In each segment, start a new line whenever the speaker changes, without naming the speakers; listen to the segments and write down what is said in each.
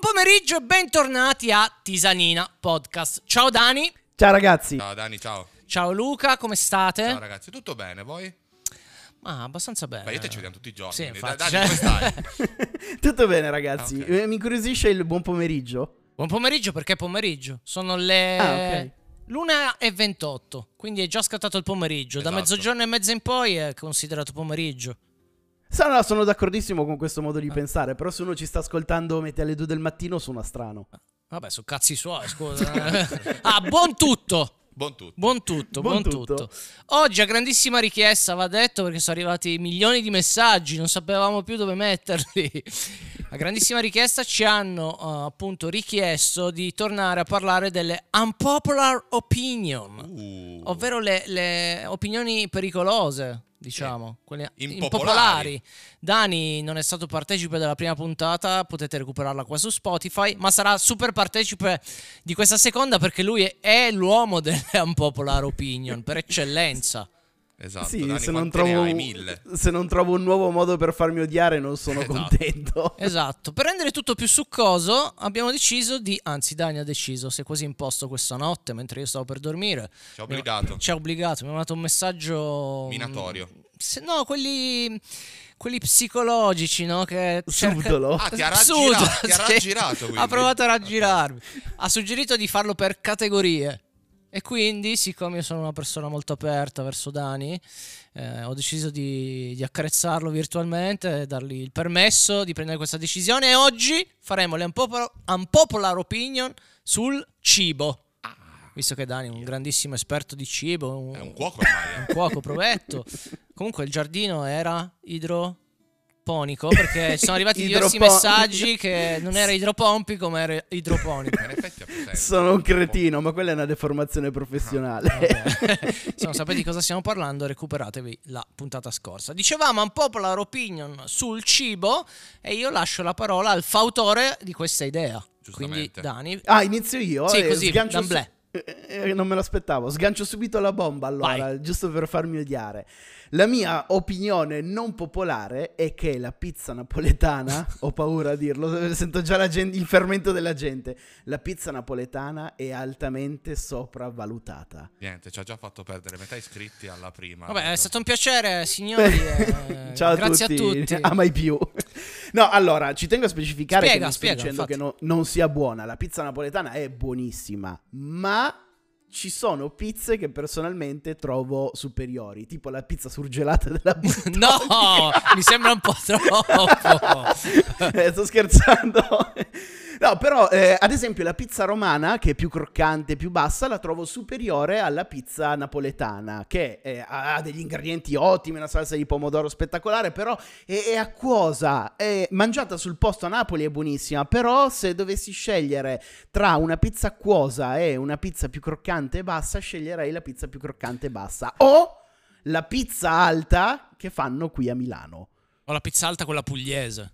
pomeriggio e bentornati a Tisanina Podcast. Ciao Dani.
Ciao ragazzi.
Ciao Dani, ciao.
Ciao Luca, come state?
Ciao ragazzi, tutto bene voi?
Ma abbastanza bene.
Ma io te ci vediamo tutti i giorni.
Sì,
quindi,
infatti,
Dani,
cioè-
come stai?
Tutto bene ragazzi.
Ah, ok.
Eh, Mi incuriosisce il buon pomeriggio.
Buon pomeriggio perché è pomeriggio. Sono le
Ah, ok.
l'una e 28, quindi è già scattato il pomeriggio. Da
Esatto.
mezzogiorno e mezza in poi è considerato pomeriggio.
Sa, no, sono d'accordissimo con questo modo
Eh.
di pensare, però se uno ci sta ascoltando mette alle 2 del mattino suona strano.
Vabbè, sono cazzi suoi, scusa. ah, buon tutto.
Buon tutto.
Buon tutto, buon,
Buon
tutto.
tutto.
Oggi a grandissima richiesta, va detto, perché sono arrivati milioni di messaggi, non sapevamo più dove metterli. A grandissima richiesta ci hanno eh, appunto richiesto di tornare a parlare delle unpopular opinion,
Uh,
ovvero le, le opinioni pericolose, diciamo, quelle
Impopolari.
impopolari. Dani non è stato partecipe della prima puntata, potete recuperarla qua su Spotify, ma sarà super partecipe di questa seconda perché lui è l'uomo delle unpopular opinion per eccellenza.
Esatto,
sì,
Dani,
se, non
quante ne
trovo,
hai? Mille.
se non trovo un nuovo modo per farmi odiare non sono
Esatto.
contento.
Esatto, per rendere tutto più succoso abbiamo deciso di, anzi Dani ha deciso, si è quasi imposto questa notte mentre io stavo per dormire,
Ci ha obbligato.
ci ha obbligato, mi ha mandato un messaggio... mm,
Minatorio.
Se, no, quelli, quelli psicologici, no? Che cerca-
Subdolo.
Ah, ti ha
Assurdo,
raggirato, ti ha
sì.
raggirato, quindi.
Ha provato a
Ok.
raggirarmi. Ha suggerito di farlo per categorie. E quindi, siccome io sono una persona molto aperta verso Dani, eh, ho deciso di, di accarezzarlo virtualmente, e dargli il permesso di prendere questa decisione. E oggi faremo le unpopolar, unpopular opinion sul cibo. Visto che Dani è un grandissimo esperto di cibo, un,
Ah. È un cuoco ormai. eh.
un cuoco provetto. Comunque il giardino era idroponico perché sono arrivati diversi
Idropo-
messaggi che non era idropompico ma era idroponico.
Ma eh. in effetti ha più senso.
Sono un cretino, ma quella è una
Ah,
deformazione professionale.
Vabbè. Se non sapete di cosa stiamo parlando, recuperatevi la puntata scorsa. Dicevamo un po' la opinion sul cibo e io lascio la parola al fautore di questa idea. Quindi
Giustamente.
Dani,
ah, inizio io.
Sì,
eh,
così,
sgancio su-
d'amblè.
Eh, eh, non me l'aspettavo. Sgancio subito la bomba allora,
Vai.
giusto per farmi odiare. La mia opinione non popolare è che la pizza napoletana, ho paura a dirlo, sento già la gen- il fermento della gente, la pizza napoletana è altamente sopravvalutata.
Niente, ci ha già fatto perdere metà iscritti alla prima.
vabbè, è stato un piacere, signori. eh,
Ciao a
grazie
tutti.
a tutti.
Ah, mai più. No, allora, ci tengo a specificare
Spiega,
che non sto
spiega,
dicendo
infatti.
che no- non sia buona. La pizza napoletana è buonissima, ma ci sono pizze che personalmente trovo superiori, tipo la pizza surgelata della Butonica.
No, mi sembra un po' troppo.
Eh, Sto scherzando. No, però, eh, ad esempio, la pizza romana, che è più croccante, più bassa, la trovo superiore alla pizza napoletana, che eh, ha ha degli ingredienti ottimi, una salsa di pomodoro spettacolare, però è, è acquosa. È mangiata sul posto a Napoli è buonissima, però se dovessi scegliere tra una pizza acquosa e una pizza più croccante e bassa, sceglierei la pizza più croccante e bassa. O la pizza alta che fanno qui a Milano.
Ho la pizza alta quella pugliese.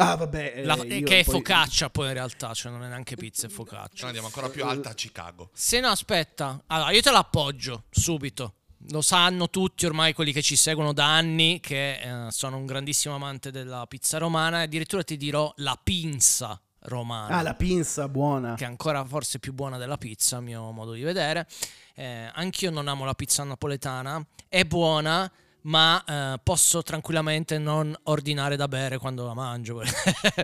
Ah, vabbè. eh,
La-
io
che è
poi-
focaccia poi in realtà, cioè non è neanche pizza, è
Cioè,
focaccia.
andiamo ancora più alta a Chicago.
Se no, aspetta. Allora, io te l'appoggio subito. Lo sanno tutti ormai quelli che ci seguono da anni che eh, sono un grandissimo amante della pizza romana e addirittura ti dirò la pinza romana.
Ah, la pinza buona.
che è ancora forse più buona della pizza, a mio modo di vedere. Eh, anch'io non amo la pizza napoletana, è buona, ma eh, posso tranquillamente non ordinare da bere quando la mangio.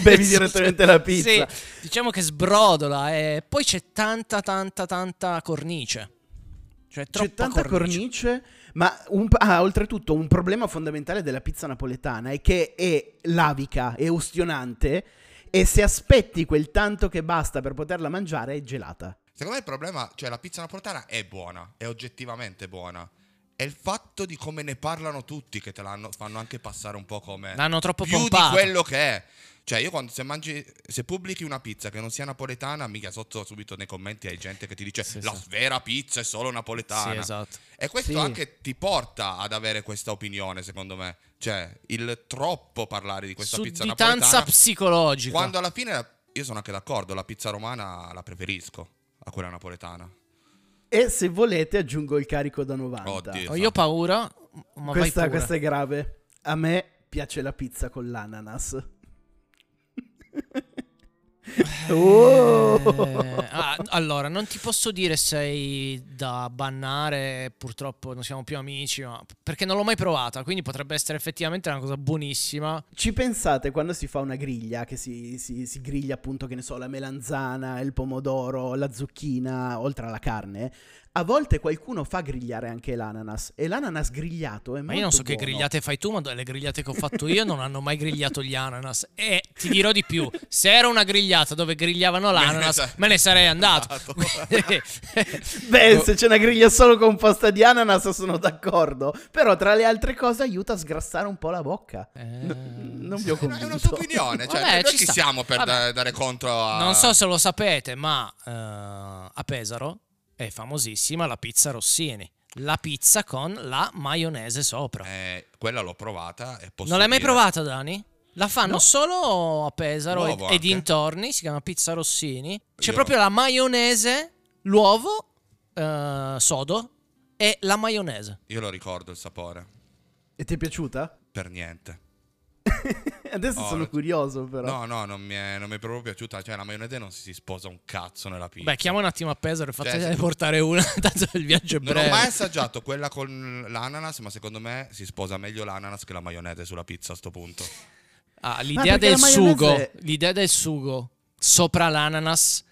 Bevi direttamente la pizza.
Sì, diciamo che sbrodola e poi c'è tanta, tanta, tanta cornice. Cioè, troppa
C'è tanta cornice, ma un- ah, oltretutto un problema fondamentale della pizza napoletana è che è lavica, è ustionante e se aspetti quel tanto che basta per poterla mangiare è gelata.
Secondo me il problema, cioè la pizza napoletana è buona, è oggettivamente buona. È il fatto di come ne parlano tutti che te l'hanno fanno anche passare un po' come
L'hanno troppo
più
pompata.
di quello che è. Cioè, io quando se mangi se pubblichi una pizza che non sia napoletana, mica sotto subito nei commenti hai gente che ti dice
Sì,
la
sì.
vera pizza è solo napoletana.
Sì, esatto.
E questo
Sì.
anche ti porta ad avere questa opinione, secondo me. Cioè, il troppo parlare di questa pizza
Sudditanza
napoletana
psicologica.
quando alla fine la- io sono anche d'accordo, la pizza romana la preferisco a quella napoletana.
E se volete aggiungo il carico da 90.
Oddio.
Ho io paura, ma vai
Questa,
pure.
questa è grave. A me piace la pizza con l'ananas. Oh.
Eh, ah, allora, non ti posso dire sei da bannare, purtroppo non siamo più amici, ma- perché non l'ho mai provata, quindi potrebbe essere effettivamente una cosa buonissima.
Ci pensate quando si fa una griglia, che si, si- si griglia appunto, che ne so, la melanzana, il pomodoro, la zucchina, oltre alla carne, a volte qualcuno fa grigliare anche l'ananas e l'ananas grigliato è
Ma io non so che grigliate fai tu, ma le grigliate che ho fatto io non hanno mai grigliato gli ananas. E ti dirò di più, se era una grigliata dove grigliavano l'ananas, me ne sarei andato.
Beh,
Oh.
se c'è una griglia solo con pasta di ananas sono d'accordo, però tra le altre cose aiuta a sgrassare un po' la bocca.
Eh.
N- non vi ho
Ehm,
convinto.
È una- è una tua opinione, cioè
Vabbè,
noi
ci
chi
sta.
siamo per
Vabbè.
da- dare contro a...
Non so se lo sapete, ma eh, a Pesaro è famosissima la pizza Rossini. La pizza con la maionese sopra.
Eh, quella l'ho provata e posso
non l'hai mai
dire-
provata, Dani? La fanno
No.
solo a Pesaro
L'uovo
e, e
anche.
dintorni, si chiama pizza Rossini. C'è
Io-
proprio la maionese, l'uovo, eh, sodo e la maionese.
Io lo ricordo il sapore,
E ti è piaciuta?
per niente.
Adesso
Oh,
sono
no.
curioso però.
No, no, non mi, è, non mi è proprio piaciuta. Cioè, la maionese non si sposa un cazzo nella pizza.
Beh, chiama un attimo a Pesaro e fatene
Cioè, sì.
portare una, tanto il viaggio è
non
breve.
ho mai assaggiato quella con l'ananas, ma secondo me si sposa meglio l'ananas che la maionese sulla pizza a sto punto. Eh,
Ah,
Ma
l'idea
perché
del
la
sugo,
maionese-
l'idea del sugo sopra l'ananas.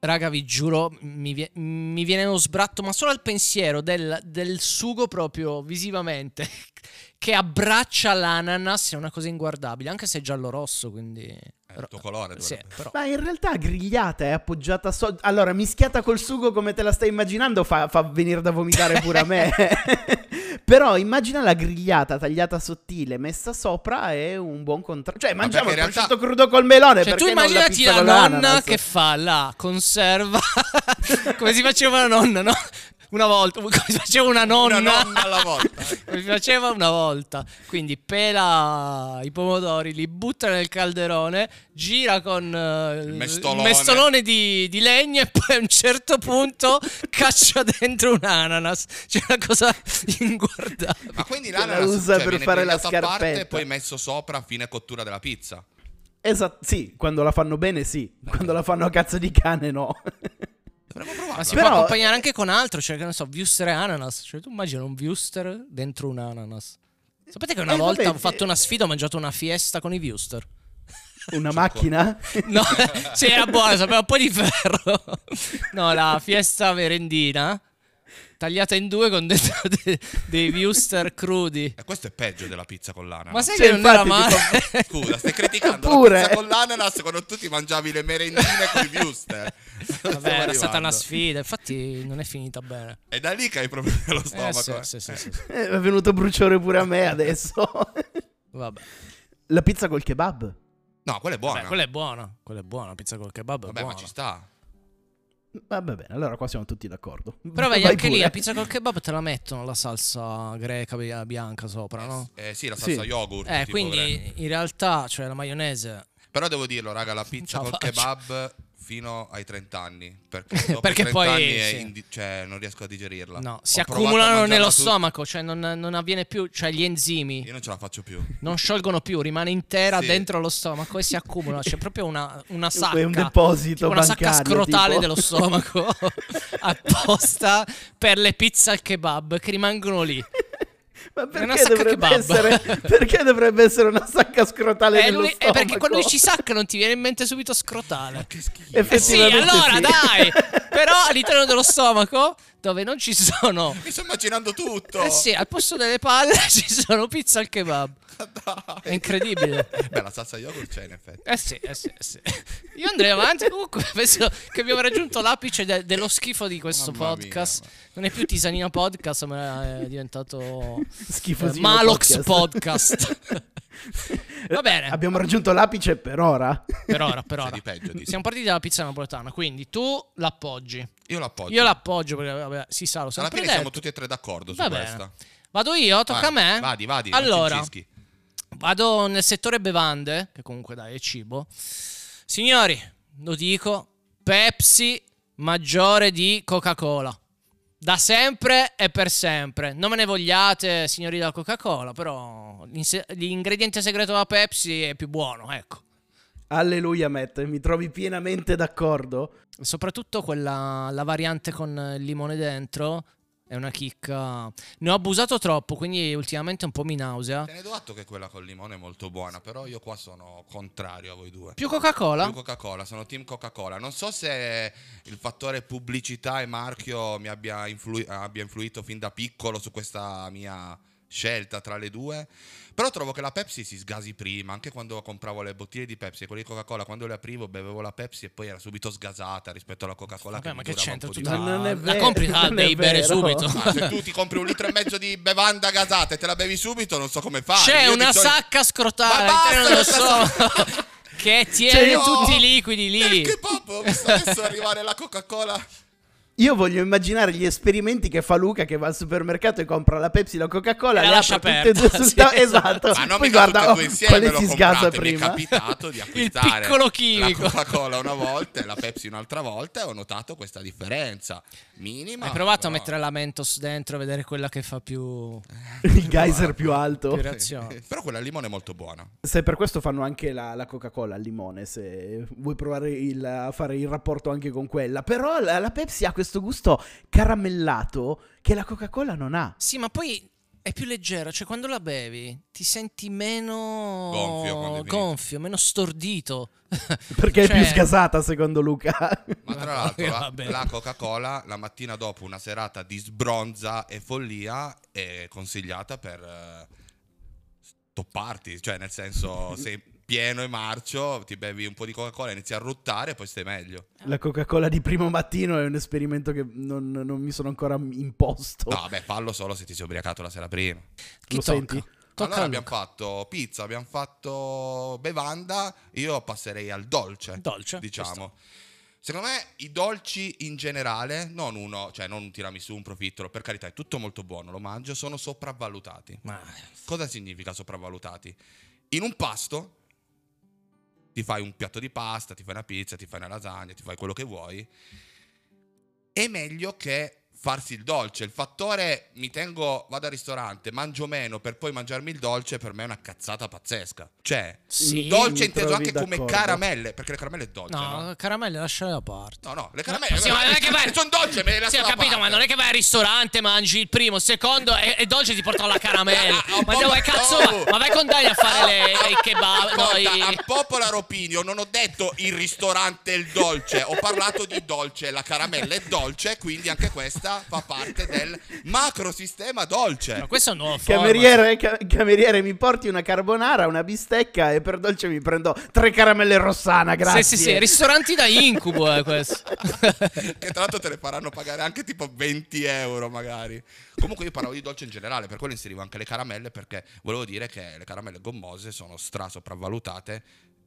Raga, vi giuro, mi, vie- mi viene uno sbratto, ma solo al pensiero del, del sugo proprio visivamente che abbraccia l'ananas è una cosa inguardabile, anche se è giallo-rosso, quindi
È Eh, il tuo colore.
Sì,
dovrebbe-
però
Ma in realtà grigliata è appoggiata so- Allora, mischiata col sugo come te la stai immaginando fa, fa venire da vomitare pure a me. Però immagina la grigliata tagliata sottile messa sopra è un buon contrasto. Cioè, mangiamo il
perché in realtà-
prosciutto crudo col melone
Cioè, tu
perché non
immaginati
la,
la,
pizza con
nonna
l'ananas?
che fa la conserva come si faceva la nonna, no? Una volta, come si faceva una nonna,
Una nonna alla volta. eh.
come si faceva una volta. Quindi pela i pomodori, li butta nel calderone, gira con eh, il
mestolone.
mestolone di, di legno e poi a un certo punto caccia dentro un ananas. C'è una cosa inguardabile.
Ma quindi
Che la
l'ananas
usa
cioè,
per
viene
fare la
grigliato a parte e
scarpetta.
poi messo sopra a fine cottura della pizza.
Esatto, sì, quando la fanno bene sì, quando la fanno a cazzo di cane no.
Dovremmo provarla.
Ma si
Però-
può accompagnare anche con altro, cioè che non so, Wuster e ananas. Cioè tu immagina un Wuster dentro un ananas. Sapete che una
Eh,
volta
vabbè,
ho fatto
eh.
una sfida, ho mangiato una fiesta con i Wuster.
Una macchina?
No, sì, era buona, sapeva un po' di ferro. No, la fiesta merendina tagliata in due con dentro de- dei Wuster crudi.
E questo è peggio della pizza con l'ananas.
Ma sai
Cioè,
che non era
infatti,
male?
Scusa, stai criticando
Pure.
la pizza con l'ananas quando tu ti mangiavi le merendine con i Buster.
Vabbè, era stata una sfida, infatti non è finita bene.
È da lì che hai problemi allo
Eh, sì,
stomaco. eh.
sì, sì, sì, sì.
Eh, è venuto bruciore pure a me adesso.
Vabbè.
la pizza col kebab?
No, quella è buona.
Vabbè, quella è buona, quella è buona, pizza col kebab è
Vabbè,
buona.
ma ci sta.
Vabbè, bene, allora qua siamo tutti d'accordo.
Però vedi,
Vai
anche lì
pure.
la pizza col kebab te la mettono la salsa greca bia- bianca sopra, no?
Eh, sì, la salsa
Sì.
yogurt.
Eh,
tipo, vorrei.
quindi in realtà, cioè la maionese,
Però devo dirlo, raga, la pizza
Ciao,
col
faccio.
kebab fino ai 30 anni. Perché, dopo
Perché
i 30
poi,
anni è
sì.
indi- cioè, non riesco a digerirla.
no,
Ho
si
provato a
accumulano
mangiarla
nello
tut-
stomaco, cioè non, non avviene più, cioè gli enzimi
Io non ce la faccio più.
non sciolgono più, rimane intera
Sì.
dentro lo stomaco e si accumulano, c'è proprio una, una sacca.
È un deposito
tipo una sacca
bancario,
scrotale
tipo.
dello stomaco apposta per le pizza al kebab che rimangono lì.
Ma
È una
perché
sacca
dovrebbe,
kebab.
essere, perché dovrebbe essere una sacca scrotale
Eh,
dello
lui- eh,
stomaco?
perché quando dici sacca non ti viene in mente subito scrotale.
Che schifo.
Eh sì,
Effettivamente
allora
sì.
dai! Però all'interno dello stomaco, dove non ci sono...
Mi sto immaginando tutto.
Eh sì, al posto delle palle ci sono pizza al kebab.
Dai.
È incredibile.
Beh, la salsa yogurt c'è in effetti.
Eh sì, eh sì, eh sì. Io andrei avanti comunque, penso che abbiamo raggiunto l'apice de- dello schifo di questo
Mamma mia,
podcast.
ma-
Non è più Tisanina Podcast, ma è diventato eh,
Schifosino
Malox
podcast.
Podcast. Va bene.
Abbiamo raggiunto l'apice per ora.
per ora, per
C'è
ora.
di peggio. di-
Siamo partiti dalla pizza napoletana, quindi tu l'appoggi.
Io l'appoggio.
Io l'appoggio perché vabbè, si sa, lo
Alla
sempre
fine
detto.
siamo tutti e tre d'accordo su
Va bene.
questa.
Vado io,
Vai,
tocca a me. eh?
Vadi, vadi. non ci
Allora,
incischi.
Vado nel settore bevande, che comunque dai è cibo. Signori, lo dico, Pepsi maggiore di Coca-Cola. Da sempre e per sempre. Non me ne vogliate, signori della Coca-Cola, però l'inse- l'ingrediente segreto della Pepsi è più buono, ecco.
Alleluia, Matt, mi trovi pienamente d'accordo.
Soprattutto quella, la variante con il limone dentro è una chicca. Ne ho abusato troppo, quindi ultimamente un po' mi nausea.
Te ne do atto che quella col limone è molto buona, però io qua sono contrario a voi due.
Più Coca-Cola?
Più Coca-Cola, sono team Coca-Cola. Non so se il fattore pubblicità e marchio mi abbia, influi- abbia influito fin da piccolo su questa mia scelta tra le due. Però trovo che la Pepsi si sgasi prima, anche quando compravo le bottiglie di Pepsi e quelle di Coca-Cola, quando le aprivo bevevo la Pepsi e poi era subito sgasata rispetto alla Coca-Cola.
Vabbè,
che
ma
mi
che
durava un
c'entra
po' di
tutta
tempo.
No, non
la...
è
la
vero,
compri, ah,
non è
devi bere
vero.
subito.
Ah, se tu ti compri un litro e mezzo di bevanda gasata e te la bevi subito, non so come fai.
C'è
Ah, Io di
una
solito-
sacca
Ma
scrotale,
basta, Eh,
te non lo
questa
so. che tiene
C'è Cioè, io-
tutti i liquidi lì.
Perché pop, ho visto adesso arrivare la Coca-Cola.
Io voglio immaginare gli esperimenti che fa Luca che va al supermercato e compra la Pepsi e la Coca-Cola
E la
le
lascia
apre tutte e due
aperta,
sul
sì,
tavolo.
esatto.
Esatto.
Ma non
Poi
mi
guarda
tutte e
oh,
due insieme,
quale
l'ho
si sgasa
comprate, Mi è
prima.
capitato di acquistare
piccolo chimico.
la Coca-Cola una volta e la Pepsi un'altra volta e ho notato questa differenza minima.
Hai provato a
però- Eh.
mettere la Mentos dentro e vedere quella che fa più,
Il geyser più alto.
più reazione?
Però quella al limone è molto buona.
Se per questo fanno anche la, la Coca-Cola al limone, se vuoi provare il- a fare il rapporto anche con quella. Però la, la Pepsi ha questo gusto caramellato che la Coca-Cola non ha.
Sì, ma poi è più leggera, cioè quando la bevi ti senti meno
Gonfio quando è finito.
gonfio, meno stordito.
Perché
Cioè-
è più sgasata, secondo Luca.
Ma tra
Vabbè,
l'altro la,
vabbè.
la Coca-Cola la mattina dopo una serata di sbronza e follia è consigliata per eh, stopparti, cioè nel senso sei pieno e marcio, ti bevi un po' di Coca-Cola, inizi a ruttare e poi stai meglio.
La Coca-Cola di primo mattino è un esperimento che non, non mi sono ancora imposto.
No, beh, fallo solo se ti sei ubriacato la sera prima.
Chi
Lo
tocca?
senti?
Tocca
allora
a
abbiamo
Luca.
fatto pizza, abbiamo fatto bevanda, io passerei al dolce.
Dolce,
Diciamo. Secondo me i dolci in generale, non uno, cioè non un tiramisù, un profittolo, per carità, è tutto molto buono, lo mangio, sono sopravvalutati.
Ma
Cosa significa sopravvalutati? In un pasto ti fai un piatto di pasta, ti fai una pizza, ti fai una lasagna, ti fai quello che vuoi. È meglio che farsi il dolce. Il fattore mi tengo, vado al ristorante, mangio meno per poi mangiarmi il dolce, per me è una cazzata pazzesca. Cioè,
sì.
mi
dolce inteso
trovi
anche come
d'accordo.
caramelle, perché le caramelle è dolce, no?
No, caramelle lasciale da parte.
No, no, le caramelle
Sì, ma non è che vai-
sono dolce, me le lascio
Sì, ho
da
capito,
parte.
ma non è che vai al ristorante, mangi il primo, il secondo e, e dolce ti portano la caramella.
Ah, ah, un
ma
po'
dove
ma-
cazzo
oh! Ah,
va? Ma vai con Dani a fare le, i kebab, Ah, no,
Ascolta,
i-
a Popola Ropinio non ho detto il ristorante e il dolce, ho parlato di dolce, la caramella è dolce, quindi anche questa fa parte del macrosistema dolce.
Ma questo è un nuovo format.
Cameriere, ca- cameriere, mi porti una carbonara, una bistecca e per dolce mi prendo tre caramelle rossana, grazie.
Sì, sì, sì, ristoranti da incubo è questo.
che tra l'altro te le faranno pagare anche tipo 20 euro magari. Comunque io parlavo di dolce in generale, per quello inserivo anche le caramelle perché volevo dire che le caramelle gommose sono stra sopravvalutate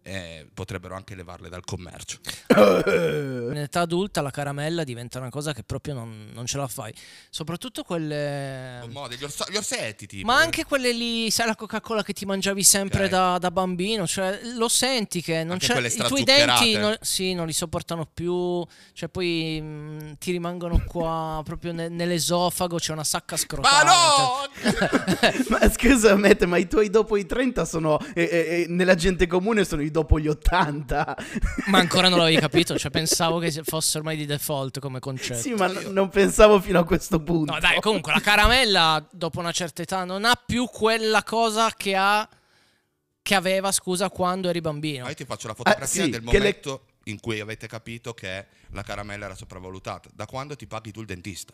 e potrebbero anche levarle dal commercio.
in età adulta la caramella diventa una cosa che proprio non, non ce la fai. Soprattutto quelle. mm,
Gommose, gli, orsa- gli orsetti tipo.
Ma anche quelle lì, sai la Coca-Cola che ti mangiavi sempre
Ok.
da, da bambino, cioè lo senti che non
Anche
c'è,
quelle
i tuoi denti
strazuccherate.
non, sì, non li sopportano più, cioè poi mh, ti rimangono qua proprio ne- nell'esofago, c'è una sacca
Ma
scrotale. Cioè,
no!
Ma scusa, Matt, ma i tuoi dopo i 30 sono. eh, eh, eh, nella gente comune sono i dopo gli 80.
Ma ancora non l'avevi capito, cioè pensavo che fosse ormai di default come concetto.
sì, ma n-
io.
non pensavo fino a questo punto.
Certo. No, dai, comunque la caramella dopo una certa età non ha più quella cosa che ha che aveva, scusa, quando eri bambino.
Ma io ti faccio la fotografia
Ah, sì,
del
che le-
momento in cui avete capito che la caramella era sopravvalutata. Da quando ti paghi tu il dentista?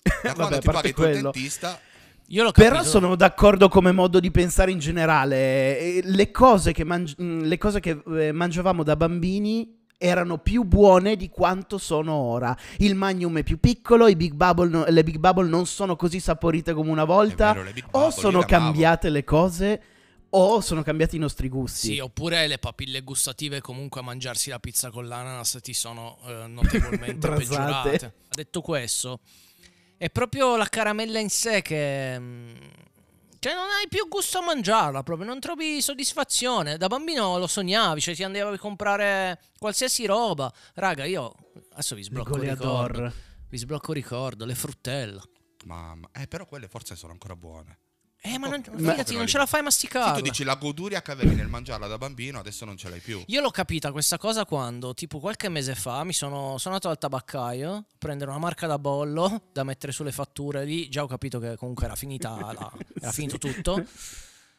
Da
Vabbè,
quando
a
ti
parte
paghi tu il
quello.
dentista?
Io l'ho capito.
Però sono d'accordo come modo di pensare in generale. Eh, Le cose che, mangi- mm, le cose che, eh, mangiavamo da bambini erano più buone di quanto sono ora. Il magnum è più piccolo, i Big Bubble no- le Big Bubble non sono così saporite come una volta.
È vero, le Big Bubble,
o
io
sono
le amavo.
cambiate le cose o sono cambiati i nostri gusti.
Sì, oppure le papille gustative comunque a mangiarsi la pizza con l'ananas ti sono eh, notevolmente
Brasate.
peggiorate. Detto questo, è proprio la caramella in sé che... mm, Cioè non hai più gusto a mangiarla proprio, non trovi soddisfazione. Da bambino lo sognavi, cioè ti andavi a comprare qualsiasi roba. Raga, io adesso vi
Il
sblocco il ricordo.
goleador.
Vi sblocco il ricordo, le fruttelle.
Mamma, eh, però quelle forse sono ancora buone.
Eh, ma non,
Ma-
fidati, non ce la fai a
Sì,
masticare.
tu dici la goduria che avevi nel mangiarla da bambino, adesso non ce l'hai più.
Io l'ho capita questa cosa quando, tipo qualche mese fa, mi sono, sono andato al tabaccaio a prendere una marca da bollo da mettere sulle fatture lì. Già ho capito che comunque era finita, la- era
Sì.
finito tutto.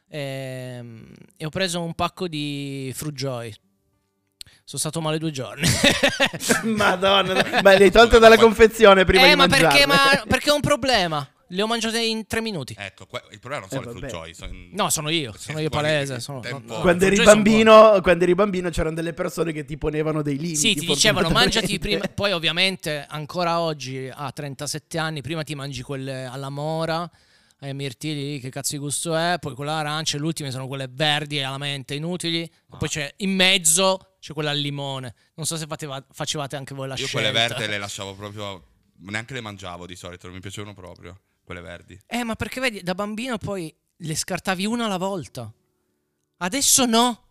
Ehm, E, ho preso un pacco di Fruit Joy. Sono stato male due giorni.
Madonna, ma l'hai tolto dalla confezione prima
eh,
di
ma perché,
mangiarle.
ma perché ho un problema? Le ho mangiate in tre minuti.
Ecco, que- il problema non sono
Eh,
le
vabbè.
fruit joy. son-
No, sono io,
Sì,
Eh,
sono io
poi
palese.
il
sono-
tempo-
no, no,
Quando
i fruit
eri,
joy sono buoni.
bambino, quando eri bambino c'erano delle persone che ti ponevano dei limiti.
Sì, ti dicevano
fortunatamente.
mangiati prima, poi ovviamente ancora oggi a 37 anni, prima ti mangi quelle alla mora, ai mirtilli, che cazzo di gusto è, poi quella arancia, le ultime sono quelle verdi alla mente, inutili, e
Ah.
poi c'è in mezzo c'è quella al limone, non so se fateva- facevate anche voi la
Io
scelta.
quelle verde le lasciavo proprio. Neanche le mangiavo di solito, non mi piacevano proprio. Quelle verdi.
Eh, ma perché vedi, da bambino poi le scartavi una alla volta, adesso no.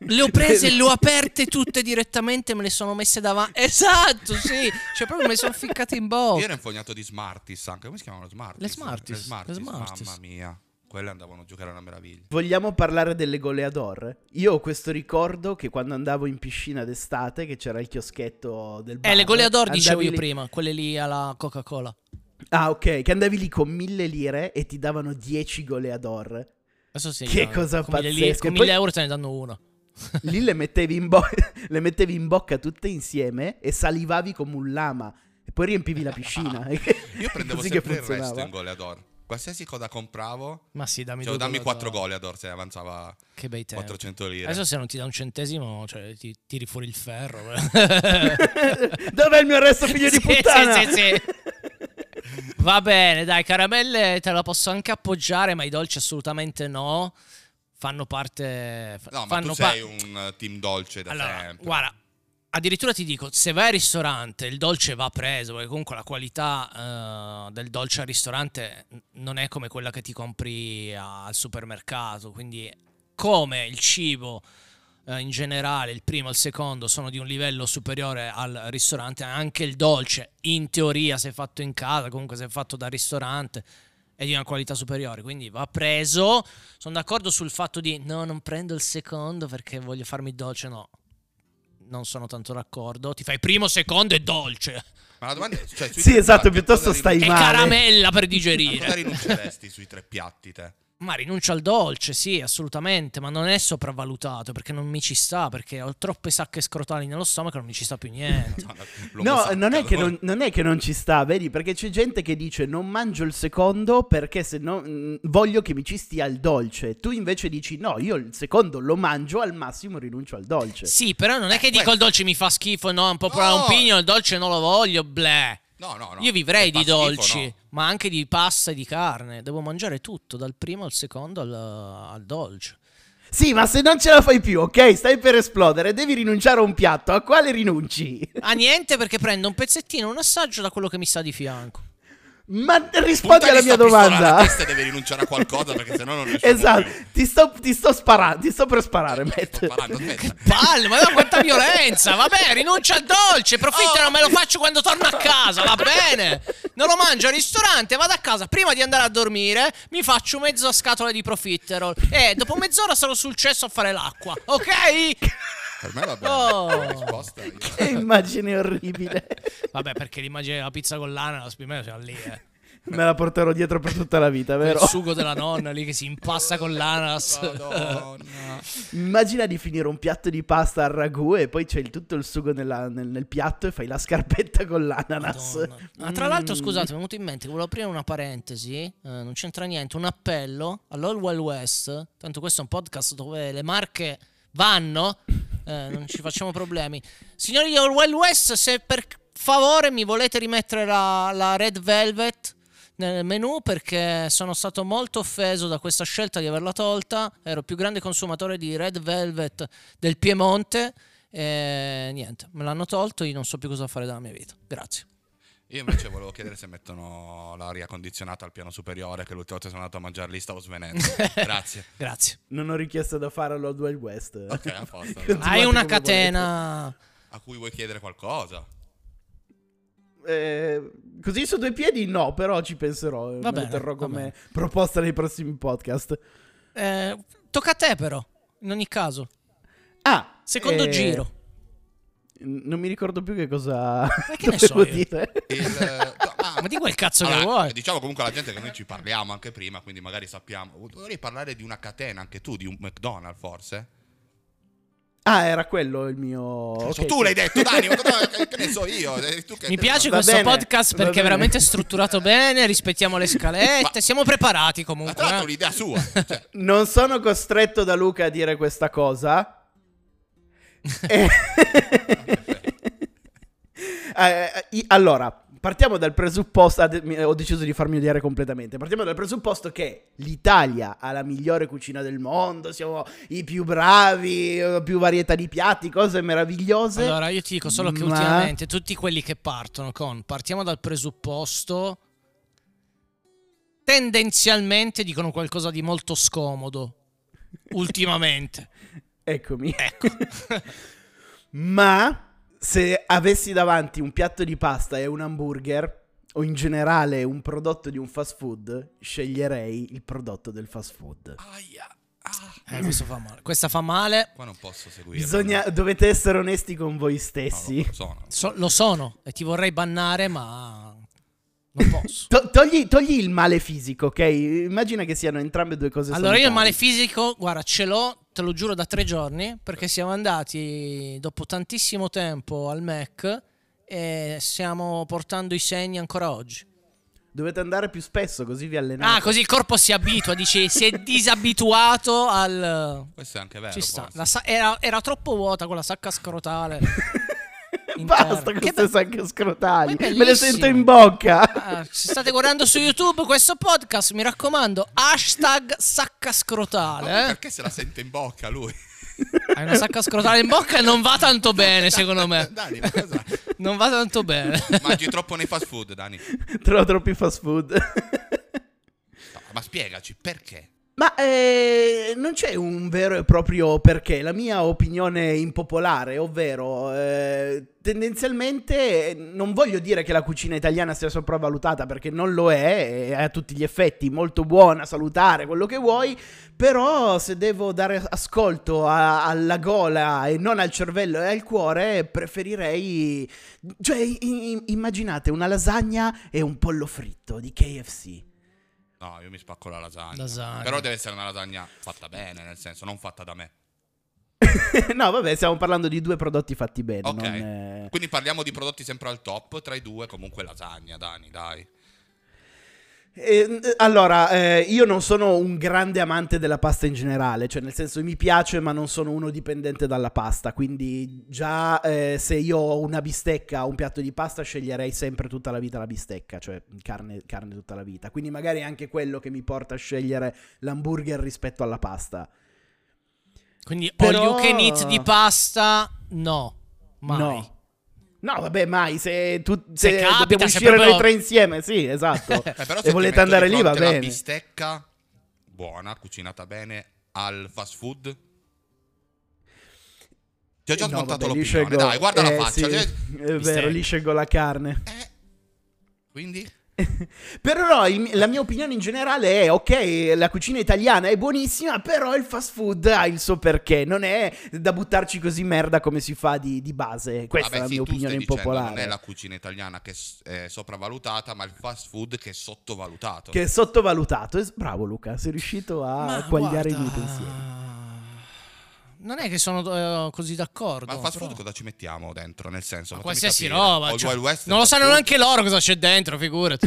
Le ho prese, le ho aperte tutte direttamente, me le sono messe davanti. Esatto, sì. Cioè, proprio me le sono ficcate in bocca.
Io ero infognato di Smarties anche. Come si chiamavano Smarties?
Le Smarties,
Le Smarties,
le Smarties.
Mamma mia. Quelle andavano a giocare a una meraviglia.
Vogliamo parlare delle goleador? Io ho questo ricordo che quando andavo in piscina d'estate, che c'era il chioschetto del bar.
Eh, le goleador
andavi
dicevo io
lì-
prima, quelle lì alla Coca-Cola.
Ah, ok, che andavi lì con mille lire e ti davano 10 goleador.
Adesso sì,
Che
no,
cosa
con mille
pazzesca.
con
Poi-
1000 euro te ne danno uno.
Lì le mettevi, in bo- le mettevi in bocca tutte insieme e salivavi come un lama. E poi riempivi la piscina.
Io prendevo
Così che
sempre il resto
funzionava.
in goleador. Qualsiasi cosa compravo,
Ma sì, dammi
cioè,
due
dammi
goleador.
4 goleador se avanzava
Che bei tempi.
400 lire.
Certo. Adesso se non ti dà un centesimo, cioè, ti tiri fuori il ferro.
Dov'è il mio resto, figlio di
Sì, sì,
puttana?
sì, sì. Va bene, dai, caramelle te la posso anche appoggiare, ma i dolci assolutamente no. Fanno parte fa-
No, ma
fanno
tu
pa-
sei un eh, team dolce da
Allora,
sempre.
guarda, addirittura ti dico, se vai al ristorante, il dolce va preso, perché comunque la qualità eh, del dolce al ristorante n- non è come quella che ti compri a- al supermercato, quindi come il cibo eh, in generale, il primo e il secondo sono di un livello superiore al ristorante, anche il dolce, in teoria, se fatto in casa, comunque se fatto dal ristorante, è di una qualità superiore, quindi va preso. Sono d'accordo sul fatto di no, non prendo il secondo perché voglio farmi il dolce, no. Non sono tanto d'accordo. Ti fai primo, secondo e dolce.
Ma la domanda è: cioè, sui
Sì,
tre
esatto,
piatti,
piuttosto
cosa
stai
E
rinun-
male.
caramella per
a Cosa
digerire.
rinunceresti sui tre piatti, te?
Ma rinuncio al dolce, sì, assolutamente, ma non è sopravvalutato perché non mi ci sta, perché ho troppe sacche scrotali nello stomaco e non mi ci sta più niente.
L'uomo
no,
sacco,
non è, che
allora.
non, non è che non ci sta, vedi? Perché c'è gente che dice non mangio il secondo perché se no mh, voglio che mi ci stia il dolce. Tu invece dici no, io il secondo lo mangio, al massimo rinuncio al dolce.
Sì, però non è che dico
questo-
il dolce mi fa schifo, no, un po' provare un
Eh, No.
pigno, il dolce non lo voglio, bleh.
No, no, no.
Io vivrei di
Se fa schifo,
dolci,
no.
ma anche di pasta e di carne. Devo mangiare tutto, dal primo al secondo al, al dolce.
Sì, ma se non ce la fai più, ok? Stai per esplodere, devi rinunciare a un piatto. A quale rinunci?
A Ah, niente perché prendo un pezzettino, un assaggio da quello che mi sta di fianco.
Ma rispondi
Puntagli
alla mia
sta pistola alla
domanda.
testa e devi rinunciare a qualcosa perché sennò non riesci
Esatto, ti sto, ti sto sparando, ti sto per sparare, Matt.
Sto parlando, aspetta.
Palle, ma no, quanta violenza! Vabbè, rinuncia al dolce, profitta,
Oh.
non me lo faccio quando torno a casa, va bene? Non lo mangio al ristorante, vado a casa prima di andare a dormire, mi faccio mezza scatola di profiterol e dopo mezz'ora sarò sul cesso a fare l'acqua, ok?
Per me va bene.
Oh.
La risposta io-
Che immagine orribile.
Vabbè, perché l'immagine della pizza con l'ananas, più o meno c'era lì, eh.
Me la porterò dietro per tutta la vita,
Quel
vero?
sugo della nonna lì che si impasta con l'ananas.
Madonna.
Immagina di finire un piatto di pasta al ragù e poi c'è il- tutto il sugo nella- nel, nel piatto e fai la scarpetta con l'ananas.
Madonna. Ah, tra
Mm.
l'altro, scusate, mi è venuto in mente che volevo aprire una parentesi, eh, non c'entra niente, un appello all'All Wild West, tanto questo è un podcast dove le marche vanno, eh, non ci facciamo problemi. Signori di All Wild West, se per favore mi volete rimettere la, la Red Velvet nel menu perché sono stato molto offeso da questa scelta di averla tolta, ero il più grande consumatore di Red Velvet del Piemonte e niente, me l'hanno tolto, io non so più cosa fare della mia vita. Grazie.
Io invece volevo chiedere se mettono l'aria condizionata al piano superiore, che l'ultima volta che sono andato a mangiare lì stavo svenendo. Grazie.
Grazie.
Non ho richiesto da fare all'Old Wild West.
Ok, a posto.
Continuate
Hai una
come volete.
catena.
A cui vuoi chiedere qualcosa?
Eh, così su due piedi no, però ci penserò.
Va
Me lo
bene,
terrò
va
come
bene.
proposta nei prossimi podcast.
Eh, tocca a te però, in ogni caso.
Ah,
Secondo
eh,
giro.
n- Non mi ricordo più che cosa
che ne
dovevo
so io?
dire.
Il- no, ah,
Ma di quel cazzo che
allora,
vuoi.
Diciamo comunque alla gente che noi ci parliamo anche prima, quindi magari sappiamo. Dovrei parlare di una catena anche tu, di un McDonald's forse?
Ah, era quello il mio...
So,
ok,
tu
sì.
l'hai detto, Dani, ma che, che ne so io? eh, tu che-
Oh, Mi piace
Va
questo
bene,
podcast
va
perché è
bene.
veramente strutturato bene, rispettiamo le scalette,
Ma-
siamo preparati
Ma
comunque.
Ah, tra l'altro è
eh.
un'idea sua. Cioè,
Non sono costretto da Luca a dire questa cosa. Eh, eh, i- allora, partiamo dal presupposto. ad- mi- Ho deciso di farmi odiare completamente. Partiamo dal presupposto che l'Italia ha la migliore cucina del mondo. Siamo i più bravi, eh, più varietà di piatti, cose meravigliose.
Allora, io ti dico solo che
Ma-
ultimamente tutti quelli che partono con partiamo dal presupposto tendenzialmente dicono qualcosa di molto scomodo ultimamente.
Eccomi.
Ecco.
Ma se avessi davanti un piatto di pasta e un hamburger, o in generale un prodotto di un fast food, sceglierei il prodotto del fast food.
aia, ah,
Eh, questo fa male. Questa fa male.
qua non posso seguire.
Bisogna, dovete essere onesti con voi stessi.
sono.
So- lo sono e ti vorrei bannare, ma non posso.
To- togli, togli il male fisico, ok? Immagina che siano entrambe due cose
Allora, io il male
fisico
fisico, guarda, ce l'ho, te lo giuro, da tre giorni, perché siamo andati dopo tantissimo tempo al Mac e stiamo portando i segni ancora oggi.
Dovete andare più spesso, così vi allenate.
Ah, così il corpo si abitua, dici, si è disabituato al...
Questo è anche vero.
Ci sta,
forse.
La sa- era, era troppo vuota con la sacca scrotale.
Basta
Interno.
con
Che
queste
be-
sacche
Ma
scrotali.
è
Me le
bellissimo.
sento in bocca.
Ah, se state guardando su YouTube questo podcast, mi raccomando, hashtag sacca
Ma
scrotale. eh.
Perché se la sente in bocca lui?
Hai una sacca scrotale in bocca e non va tanto bene, Eh, secondo me.
Dani, ma cosa?
Non va tanto bene.
Mangi troppo nei fast food, Dani.
Trovo troppi fast food.
No, ma spiegaci perché.
Ma eh, non c'è un vero e proprio perché, la mia opinione impopolare, ovvero eh, tendenzialmente eh, non voglio dire che la cucina italiana sia sopravvalutata perché non lo è, è a tutti gli effetti molto buona, salutare, quello che vuoi, però se devo dare ascolto a- alla gola e non al cervello e al cuore, preferirei... Cioè, i- i- immaginate una lasagna e un pollo fritto di KFC.
No, io mi spacco la lasagna.
Lasagna.
Però deve essere una lasagna fatta bene, nel senso, non fatta da me.
no, vabbè, stiamo parlando di due prodotti fatti bene.
Ok.
non, eh.
Quindi parliamo di prodotti sempre al top, tra i due comunque lasagna, Dani, dai.
Eh, eh, allora, eh, io non sono un grande amante della pasta in generale, cioè nel senso mi piace, ma non sono uno dipendente dalla pasta. Quindi già eh, se io ho una bistecca o un piatto di pasta, sceglierei sempre tutta la vita la bistecca, cioè carne, carne tutta la vita. Quindi magari è anche quello che mi porta a scegliere l'hamburger rispetto alla pasta.
Quindi
Però-
all you can eat di pasta, no. Mai.
No. No, vabbè, mai. Se, tu,
Se
se,
capita,
dobbiamo
se
uscire
proprio-
noi tre insieme, sì, esatto.
Eh, però
e
ti
volete
metto
andare
di
lì, va
fronte la
bene.
bistecca buona, cucinata bene al fast food. Ti ho già
Eh, no,
smontato
vabbè, lì
l'opinione,
scelgo-
dai, guarda
eh,
la faccia.
sì,
cioè-
è vero, lì scelgo la carne.
eh, Quindi?
Però no, il- la mia opinione in generale è ok, la cucina italiana è buonissima, però il fast food ha il suo perché, non è da buttarci così merda come si fa di, di base. Questa
Vabbè,
è la
sì,
mia
tu stai
opinione
dicendo,
impopolare.
Non è la cucina italiana che s- è sopravvalutata, ma il fast food che è sottovalutato.
Che è sottovalutato. Es- Bravo Luca, sei riuscito a
Ma
Ah, quagliare i miei
guarda,
pensieri.
Non è che sono eh, così d'accordo.
Ma il fast food
però.
cosa ci mettiamo dentro? Nel senso,
Ma
fatemi
qualsiasi
capire.
roba.
Old
cioè,
Wild West è
non lo
fast
sanno
food?
neanche loro cosa c'è dentro, figurati.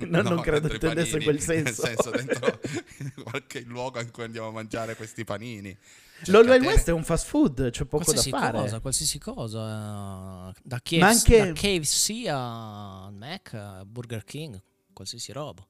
No, non credo
dentro i
intendesse
panini,
quel senso.
Nel senso, dentro qualche luogo in cui andiamo a mangiare questi panini. Cioè,
L'All Wild
catene-
West è un fast food, c'è poco
qualsiasi
da fare.
cosa, qualsiasi cosa. eh, Da, KFC,
Ma anche-
da KFC a Mac, a Burger King, qualsiasi roba.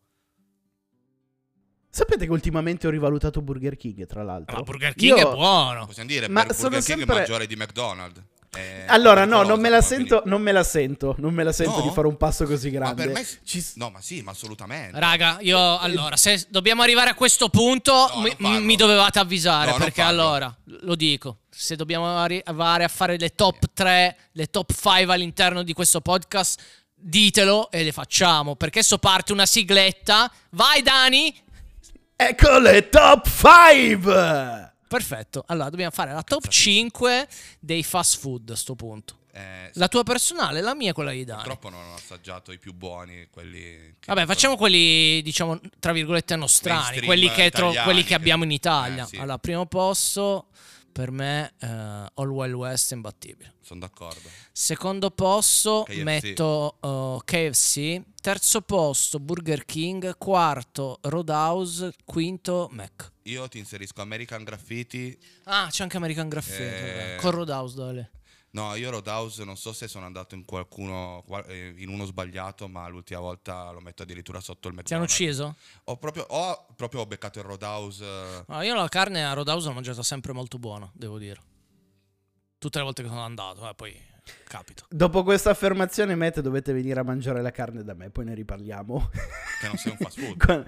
Sapete che ultimamente ho rivalutato Burger King, tra l'altro.
Ma Ah, Burger King è
Io-
buono.
Possiamo dire,
Ma
per
sono
Burger King è
sempre-
maggiore di McDonald's. eh,
Allora, no,
pericolosa,
non me, la
poi,
sento, non me la sento, non me la sento
No?
di fare un passo così
quindi- Ma
grande.
per me...
Ci-
No, ma sì, ma assolutamente.
Raga, io allora, se dobbiamo arrivare a questo punto,
eh, No,
mi,
non farlo.
mi dovevate avvisare
No, non
perché
farlo.
allora, lo dico, se dobbiamo arrivare a fare le top 3, le top 5 all'interno di questo podcast, ditelo e le facciamo, perché adesso parte una sigletta. Vai Dani!
Ecco le top 5!
Perfetto. Allora, dobbiamo fare la top 5 dei fast food a sto punto.
Eh,
La tua personale, la mia e quella di Dani.
Purtroppo non ho assaggiato i più buoni, quelli... che-
Vabbè, facciamo quelli, diciamo, tra virgolette nostrani,
Mainstream
quelli che, tro-
italiani
quelli che
che-
abbiamo in Italia.
eh, sì.
Allora, primo posto per me eh, All Wild West è imbattibile.
Sono d'accordo.
Secondo posto
KFC.
metto eh, KFC, terzo posto Burger King, quarto Roadhouse, quinto Mac.
Io ti inserisco American Graffiti.
Ah, c'è anche American Graffiti,
Eh.
vabbè. con Roadhouse dale.
No, io Roadhouse non so se sono andato in qualcuno qual- eh, in uno sbagliato, ma l'ultima volta lo metto addirittura sotto il
Ti hanno
McDonald's.
ucciso?
Ho proprio, ho proprio ho beccato il Roadhouse. eh,
No, io la carne a Roadhouse l'ho mangiata sempre molto buona, devo dire. Tutte le volte che sono andato, eh, poi capito.
Dopo questa affermazione, Matt, dovete venire a mangiare la carne da me, poi ne riparliamo.
Che non sei un fast food.
Qua-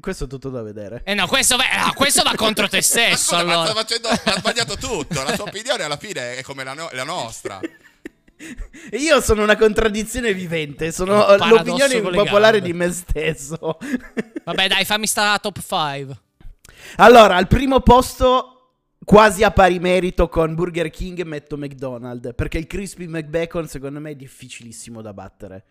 Questo è tutto da vedere.
Eh no, questo, va- no, questo va contro te
Ma
stesso.
scusa, ma
allora.
sta facendo, ha sbagliato tutto. La sua opinione alla fine è come la, no- la nostra.
E Io sono una contraddizione vivente, sono
Un paradosso
l'opinione
con le
popolare
gambe.
di me stesso.
Vabbè, dai, fammi stare la top 5.
Allora, al primo posto, quasi a pari merito con Burger King, metto McDonald's. Perché il Crispy McBacon, secondo me, è difficilissimo da battere.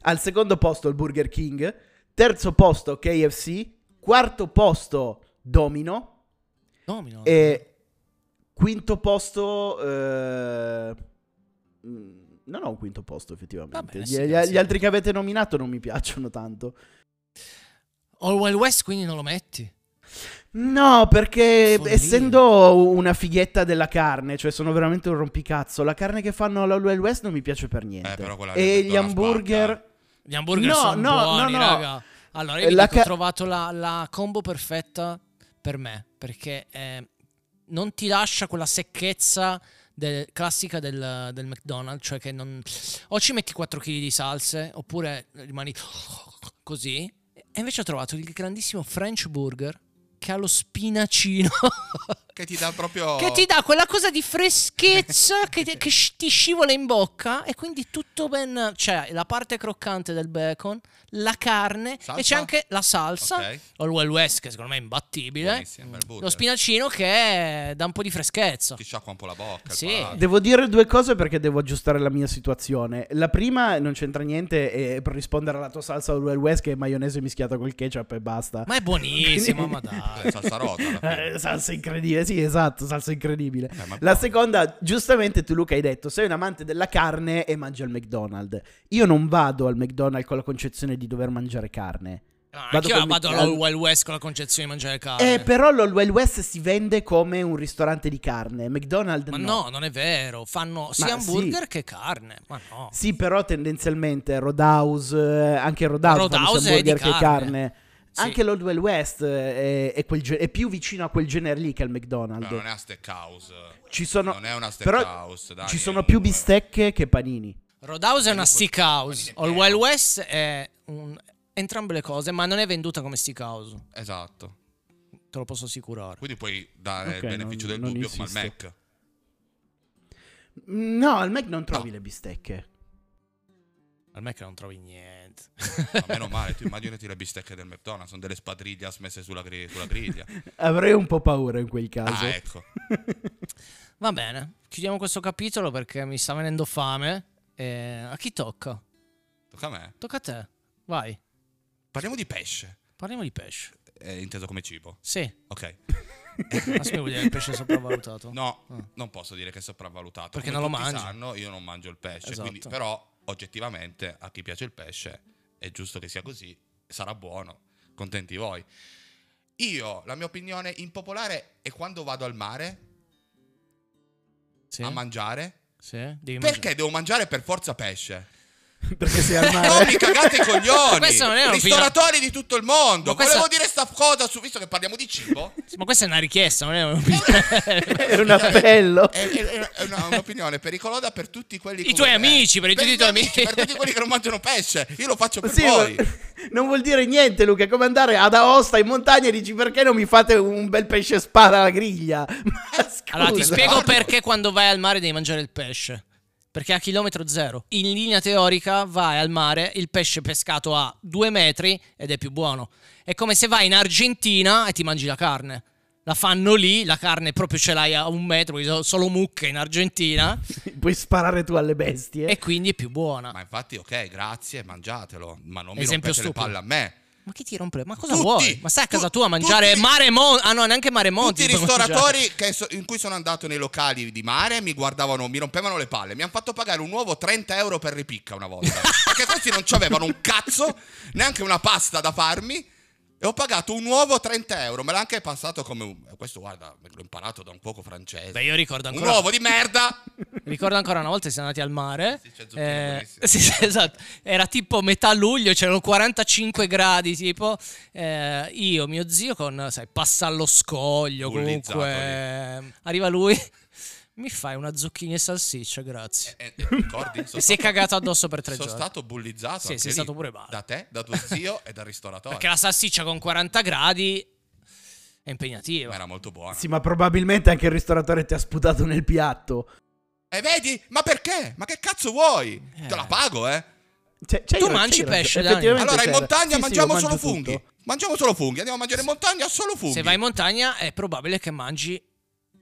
Al secondo posto, il Burger King. Terzo posto, KFC. Quarto posto, Domino.
Domino.
E quinto posto. eh, mm, Non ho un quinto posto, effettivamente.
Vabbè,
gli,
sì,
gli-
grazie.
gli altri che avete nominato non mi piacciono tanto.
All Wild West, quindi non lo metti.
No, perché
Follia.
essendo una fighetta della carne, cioè sono veramente un rompicazzo. La carne che fanno alla Wild West non mi piace per niente.
Eh, però quella
e
del
gli
McDonald's
hamburger.
Gli hamburger
No,
sono
no,
buoni,
no, no.
raga. Allora, io
Eh,
vi
la
dico, ho
ca-
trovato la, la combo perfetta per me. Perché eh, non ti lascia quella secchezza del- classica del, del McDonald's. Cioè, che non. O ci metti 4 kg di salse, oppure rimani così. E invece ho trovato il grandissimo French burger che ha lo spinacino.
Che ti dà proprio.
Che ti dà quella cosa di freschezza che, ti, che sci- ti scivola in bocca e quindi tutto ben... C'è la parte croccante del bacon, la carne e
Salsa?
c'è anche la salsa.
Ok.
All Wild West che secondo me è imbattibile.
Buonissimo, eh. bel burger.
Lo spinacino che dà un po' di freschezza.
Ti sciacqua un po' la bocca. il
Sì.
palato.
Devo dire due cose perché devo aggiustare la mia situazione. La prima non c'entra niente è per rispondere alla tua salsa Wild West che è maionese mischiata col ketchup e basta.
Ma è buonissimo,
Quindi-
ma dai.
Eh, salsa rotta, alla fine.
Eh, salsa incredibile, sì, esatto, salsa incredibile.
Eh, ma-
La seconda, giustamente tu Luca hai detto, sei un amante della carne e mangi al McDonald's. Io non vado al McDonald's con la concezione di dover mangiare carne.
No,
Vado
anch'io
con-
vado all'All Wild West con la concezione di mangiare carne.
Eh, però l'All Wild West si vende come un ristorante di carne, McDonald's
ma
no.
no. non è vero. Fanno sia
Ma
hamburger
sì.
che carne. Ma no.
Sì, però tendenzialmente Roadhouse, eh, anche Roadhouse, fanno
Roadhouse
sia
è di
hamburger che
carne.
carne.
Sì.
Anche l'Old Wild West eh, è, è quel ge- è più vicino a quel genere lì che al McDonald's.
Però non è una steakhouse.
Ci sono-
Non è una
però
steakhouse. dai,
Ci sono
comunque.
più bistecche che panini.
Roadhouse è una
Comunque,
steakhouse.
panini è
All
pieno.
Wild West è un- entrambe le cose, ma non è venduta come steakhouse.
Esatto.
Te lo posso assicurare.
Quindi puoi dare
Ok,
il beneficio
non-
del
non
dubbio come al
insisto.
Mac.
No, al Mac non trovi
No.
le bistecche.
Al me che non trovi niente.
Ma meno male, tu immaginati le bistecche del McDonald's, sono delle spadriglia smesse sulla, gri- sulla griglia.
Avrei un po' paura in quel caso.
Ah, ecco.
Va bene, chiudiamo questo capitolo perché mi sta venendo fame. Eh, a chi tocca?
Tocca a me.
Tocca a te. Vai,
Parliamo di pesce,
parliamo di pesce.
eh, inteso come cibo.
Sì,
Ok.
aspetta, vuol dire il pesce è sopravvalutato.
No,
Ah.
non posso dire che è sopravvalutato.
Perché
Come
non lo
tutti
mangi.
sanno, io non mangio il pesce.
Esatto.
Quindi, però, oggettivamente, a chi piace il pesce, è giusto che sia così, sarà buono. Contenti voi. Io, la mia opinione impopolare è quando vado al mare
Sì,
a mangiare.
sì, devi
Perché devo mangiare per forza pesce?
Perché sei al
No, mi
mare.
cagate i coglioni!
Questo non è una
Ristoratori di tutto il mondo!
Ma questa-
Volevo dire sta cosa su, visto che parliamo di cibo.
Ma questa è una richiesta, non è un...
Era un appello.
Eh,
È, è- è- è una- un'opinione pericolosa per tutti quelli
I
come
tuoi
te.
amici, per i tutti
i
i tuoi
miei amici,
amici.
per tutti quelli che non mangiano pesce. Io lo
eh,
faccio per
Sì,
voi.
ma- non vuol dire niente, Luca. È come andare ad Aosta in montagna e dici perché non mi fate un bel pesce spada alla griglia? Ma
Allora, ti
scusa.
spiego perché quando vai al mare devi mangiare il pesce. Perché a chilometro zero, in linea teorica, vai al mare, il pesce è pescato a due metri ed è più buono. È come se vai in Argentina e ti mangi la carne. La fanno lì, la carne proprio ce l'hai a un metro, quindi sono solo mucche in Argentina,
Puoi sparare tu alle bestie.
e quindi è più buona.
Ma infatti, ok, grazie, mangiatelo. Ma non mi
Esempio
rompete le
stupido.
palle a me.
Ma chi ti rompe? Ma cosa
Tutti,
vuoi? Ma stai a casa
tu-
tua a mangiare
tutti-
mare monti? Ah no, neanche mare monti.
Tutti i
puoi mangiare.
ristoratori che so- in cui sono andato nei locali di mare mi guardavano, mi rompevano le palle. Mi hanno fatto pagare un nuovo 30 euro per ripicca una volta. perché questi non avevano un cazzo, neanche una pasta da farmi. E ho pagato un uovo 30 euro. Me l'ha anche passato come un. eh, Questo, guarda, l'ho imparato da un cuoco francese.
Beh, io ricordo
un
ancora...
uovo di merda.
Ricordo ancora una volta che siamo andati al mare. Eh,
Sì, c'è Zucchini, buonissimo.
sì, sì, esatto. Era tipo metà luglio, c'erano 45 gradi. Tipo, Eh, io, mio zio, con sai, passa allo scoglio.
Bullizzato
Comunque, ehm, arriva lui, mi fai una zucchina e salsiccia, grazie.
Eh, eh, ricordi? Sono
E si è
stato-
cagato addosso per tre
Sono
giorni.
stato bullizzato.
Sì,
anche
sei
lì,
stato pure male.
Da te, da tuo zio e dal ristoratore.
Perché la salsiccia con 40 gradi è
Ma
impegnativa.
era molto buona.
Sì, ma probabilmente anche il ristoratore ti ha sputato nel piatto.
E vedi? Ma perché? Ma che cazzo vuoi?
Eh.
Te la pago, eh.
Cioè, c'hai
Tu
ragione,
mangi
c'hai ragione.
pesce, Dani?
Effettivamente
Allora in
c'era.
montagna
Sì, sì,
mangiamo
lo
solo
mangio
funghi.
tutto.
Mangiamo solo funghi. Andiamo a mangiare in montagna solo funghi.
Se vai in montagna è probabile che mangi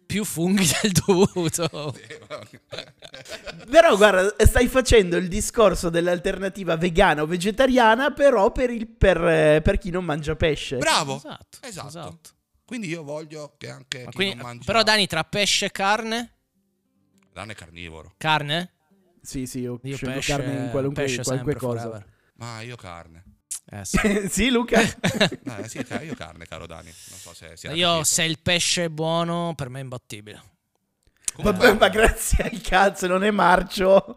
più funghi del dovuto.
Però guarda, stai facendo il discorso dell'alternativa vegana o vegetariana, però per, il- per, eh, per chi non mangia pesce.
Bravo.
Esatto,
Esatto.
esatto.
Quindi io voglio che anche
Ma
chi
quindi-
non mangia
però Dani, tra pesce e carne?
Dan è carnivoro.
Carne?
sì, sì, io,
Io
scelgo
pesce,
carne in qualunque,
pesce
qualunque
sempre,
cosa.
forever.
Ma io carne.
Eh, sì.
sì, Luca?
Eh, sì, ca- io carne, caro Dani. Non so se si era
Io
capito.
se il pesce è buono per me è imbattibile.
Vabbè, ma grazie al cazzo, non è marcio.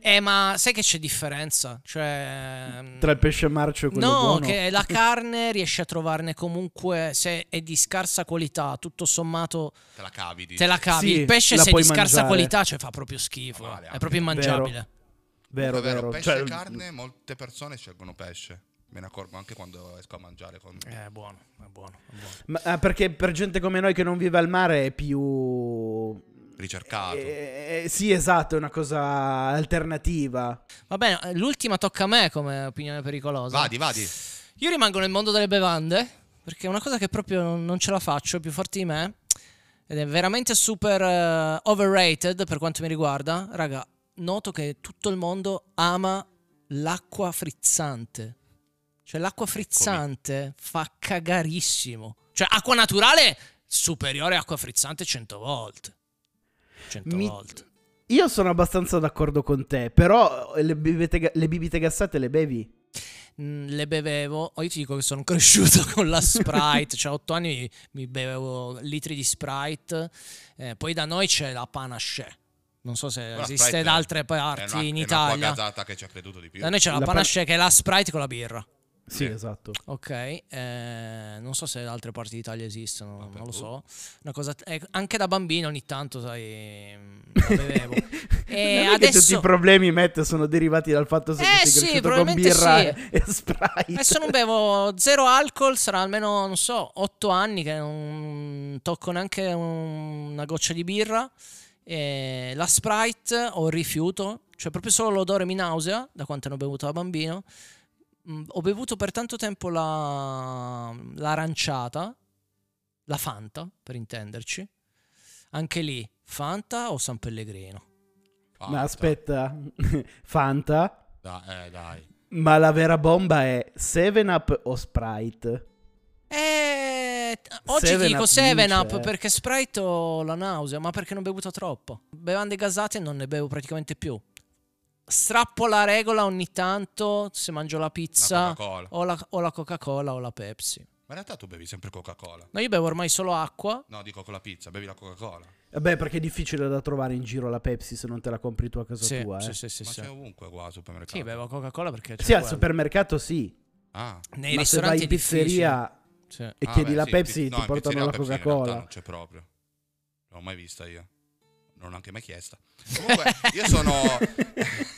Eh ma sai che c'è differenza? Cioè mm,
Tra il pesce marcio e quello
No,
buono.
che la carne riesci a trovarne comunque se è di scarsa qualità, tutto sommato
Te la cavi. dici.
te la cavi.
Sì,
il pesce
la
se è di
puoi
scarsa
mangiare.
qualità, cioè fa proprio schifo,
Ma vale,
è proprio immangiabile.
Vero,
È vero,
vero.
pesce
Cioè,
e carne, molte persone scelgono pesce. Me ne accorgo anche quando esco a mangiare con...
Eh, È buono, è buono, è buono.
ma- ah, perché per gente come noi che non vive al mare è più...
ricercato.
Eh, eh, sì, esatto, è una cosa alternativa.
Va bene, l'ultima tocca a me come opinione pericolosa.
Vadi, vadi.
Io rimango nel mondo delle bevande perché è una cosa che proprio non non ce la faccio, è più forte di me. Ed è veramente super eh, overrated per quanto mi riguarda. Raga, noto che tutto il mondo ama l'acqua frizzante. Cioè l'acqua frizzante fa cagarissimo. Cioè acqua naturale superiore a acqua frizzante 100 volte. 100
Mi-
volte.
Io sono abbastanza d'accordo con te, però eh, le bibite, ga- le bibite gassate le bevi?
Mm, le bevevo, oh, io ti dico che sono cresciuto con la Sprite, cioè a 8 anni mi bevevo litri di Sprite, eh, poi da noi c'è la Panaché, non so se
Quella
esiste
Sprite
da altre
eh, è
parti
una,
in
è Una
Italia,
pagazzata che ci ha creduto di più.
da noi c'è la,
La pan-
Panaché che è la Sprite con la birra,
Sì,
Sì.
esatto.
ok, eh, non so se da altre parti d'Italia esistono,
Vabbè,
non lo
boh.
so, Una cosa- eh, anche da bambino ogni tanto sai, mm, la bevevo. E
Non è che tutti
Eh, adesso-
i problemi Matt sono derivati dal fatto se
Eh,
sei
sì,
cresciuto con
probabilmente
birra
sì.
e, e Sprite.
Adesso Eh, non bevo zero alcol, sarà almeno, non so, otto anni che non tocco neanche un- una goccia di birra. E la Sprite ho rifiuto, cioè proprio solo l'odore mi nausea da quanto ne ho bevuto da bambino. Mm, Ho bevuto per tanto tempo la, l'aranciata, la Fanta per intenderci. Anche lì, Fanta o San Pellegrino?
Fatta.
Ma aspetta, Fanta,
Da- eh, dai.
ma la vera bomba è 7up o Sprite?
Eh, t- oggi
Seven
dico
Up
7
vince,
up,
eh.
perché Sprite ho la nausea, ma perché non ho bevuto troppo. Bevande gasate non ne bevo praticamente più. Strappo la regola ogni tanto se mangio la
Una
pizza
Coca-Cola.
o la, o la Coca-Cola o la Pepsi.
Ma in realtà tu bevi sempre Coca-Cola.
No, io bevo ormai solo acqua.
No, dico con la pizza, bevi la Coca-Cola.
Eh, Beh, perché è difficile da trovare in giro la Pepsi se non te la compri tu a casa
Sì,
tua. Eh.
sì, sì, sì,
Ma
sì.
c'è ovunque qua al supermercato.
Sì, bevo Coca-Cola perché c'è
Sì, al
quello.
supermercato sì.
Ah.
Nei
ma se
ristoranti
vai in
è difficile.
pizzeria
Sì.
e
Ah,
chiedi
beh,
la
sì,
Pepsi,
pi-
ti
no, in
portano
pizzeria
la
Pepsi in
Coca-Cola.
realtà Non c'è proprio. Non l'ho mai vista io. Non l'ho anche mai chiesta. Comunque, io sono,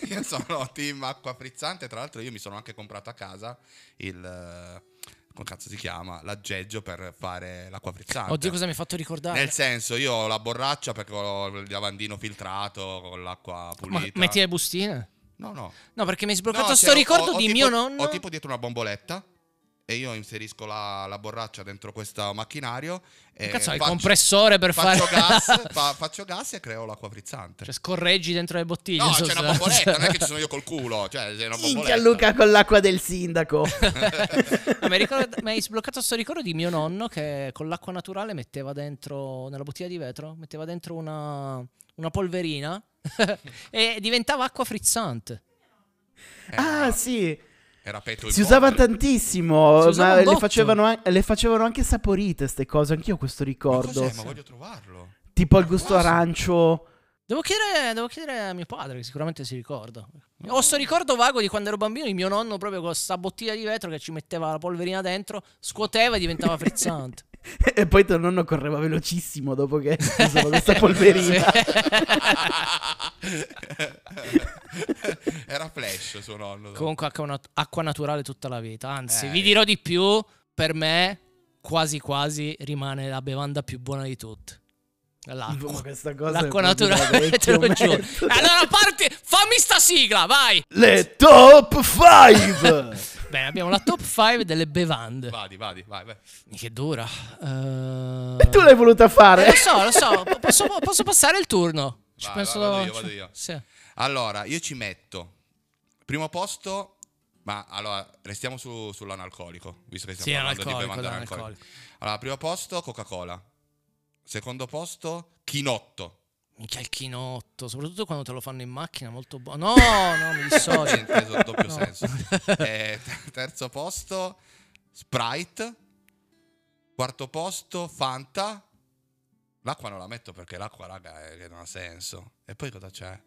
io sono team acqua frizzante. Tra l'altro, io mi sono anche comprato a casa il. eh, Come cazzo si chiama? L'aggeggio per fare l'acqua frizzante.
Oddio, cosa mi hai fatto ricordare?
Nel senso, io ho la borraccia perché ho il lavandino filtrato con l'acqua
Ma
pulita.
metti le bustine?
No, no.
No, perché mi hai sbloccato
No,
sto
cioè, ho-
ricordo
ho
di
tipo-
mio nonno.
Ho tipo dietro una bomboletta e io inserisco la, la borraccia dentro questo macchinario. E
Cazzo, hai il
Eh, faccio-
compressore per
faccio
fare...
gas, fa- faccio gas e creo l'acqua frizzante.
Cioè, scorreggi dentro le bottiglie.
no,
in
c'è una
sostanza.
bomboletta, non è che ci sono io col culo. Cioè, c'è una bomboletta.
Minchia Luca con l'acqua del sindaco.
No, Ah, mi, hai ricordato- mi hai sbloccato sto ricordo di mio nonno che con l'acqua naturale metteva dentro, nella bottiglia di vetro, metteva dentro una, una polverina e diventava acqua frizzante.
Era,
ah, sì.
Eh, era petto
Si usava
tanto
tantissimo,
Si usava
ma
un
le
botto.
facevano, an- le facevano anche saporite queste cose, anch'io ho questo ricordo.
Ma voglio trovarlo.
Tipo il gusto
Quasi.
arancio.
Devo chiedere, devo chiedere a mio padre, che sicuramente si ricorda. Ho sto ricordo vago di quando ero bambino, di mio nonno proprio con sta bottiglia di vetro che ci metteva la polverina dentro, scuoteva e diventava frizzante.
e poi tuo nonno correva velocissimo dopo che usava questa polverina.
era flash suo nonno.
Comunque acqua, nat- acqua naturale tutta la vita. Anzi,
Esatto. Eh.
vi dirò di più, per me quasi quasi rimane la bevanda più buona di tutte.
Ma
L'acqua.
questa cosa è
L'acqua
proprio da
naturale, te
vecchio
lo giuro. Eh,
merda.
Allora parti, fammi sta sigla, vai.
Le top 5!
Bene, abbiamo la top 5 delle bevande.
Vadi, vadi, vai, vai.
Che dura. Eh,
e tu l'hai voluta
Lo
fare?
so, lo so. po- Posso, posso passare il turno? Ci
Vai,
penso
vai, vado
da-
io, vado io.
Sì.
Allora, io ci metto primo posto, ma allora restiamo su, sull'analcolico, visto che stiamo
Sì,
parlando di
analcolico,
bevande
analcolico.
analcoliche. Allora, primo posto Coca-Cola. Secondo posto Chinotto.
Minchia il chinotto, soprattutto quando te lo fanno in macchina, molto buono. No, no, mi dissocio.
Niente, so- doppio
No.
senso. Eh, ter- terzo posto Sprite. Quarto posto Fanta. L'acqua non la metto perché l'acqua, raga, è- che non ha senso. E poi cosa c'è?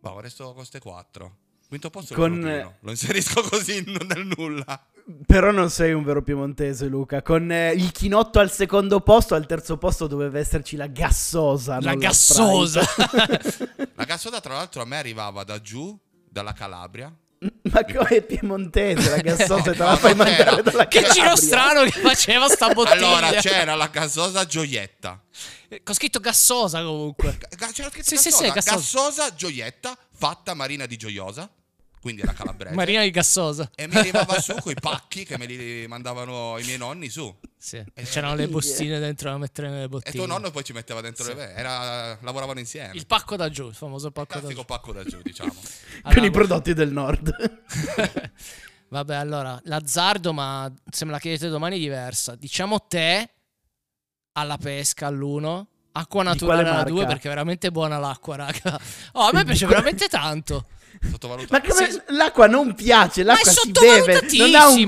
Boh, resto con queste quattro. Quinto posto il
Con-
glutino. Lo inserisco così non- nel nulla.
Però non sei un vero piemontese, Luca. Con eh, il chinotto al secondo posto, al terzo posto doveva esserci la gassosa. non
La gassosa.
Sprite.
La gassoda, tra l'altro, a me arrivava da giù, dalla Calabria.
Ma come è piemontese? La gassosa te
No,
la fai
non c'era.
mandare dalla
Eh, Che
Calabria.
giro strano che faceva sta bottiglia.
Allora c'era la gassosa gioietta.
Eh, Ho scritto gassosa comunque.
Ga- ga- C'era scritto
Sì, sì,
gassosa.
sì, gassosa.
Gassosa gioietta fatta marina di gioiosa. Quindi era calabrese.
Marina di gassosa.
E mi arrivava su coi pacchi che me li mandavano i miei nonni su.
Sì. e C'erano le bustine dentro da mettere nelle
E
bottiglie.
tuo nonno poi ci metteva dentro
Sì.
le ve- era- lavoravano insieme.
Il pacco da giù, il famoso pacco da
classico
giù.
pacco da giù, diciamo.
Con i
Allora,
prodotti del nord.
Vabbè, allora, l'azzardo, ma se me la chiedete domani è diversa. Diciamo te alla pesca all'1, acqua
Di
naturale
quale
alla
marca?
2 perché è veramente buona l'acqua, raga. Oh, a me
Di
piace
quale-
veramente tanto.
Ma
Sottovalutato.
come
Sì.
l'acqua non piace,
Ma è
l'acqua si beve, non ha un gu-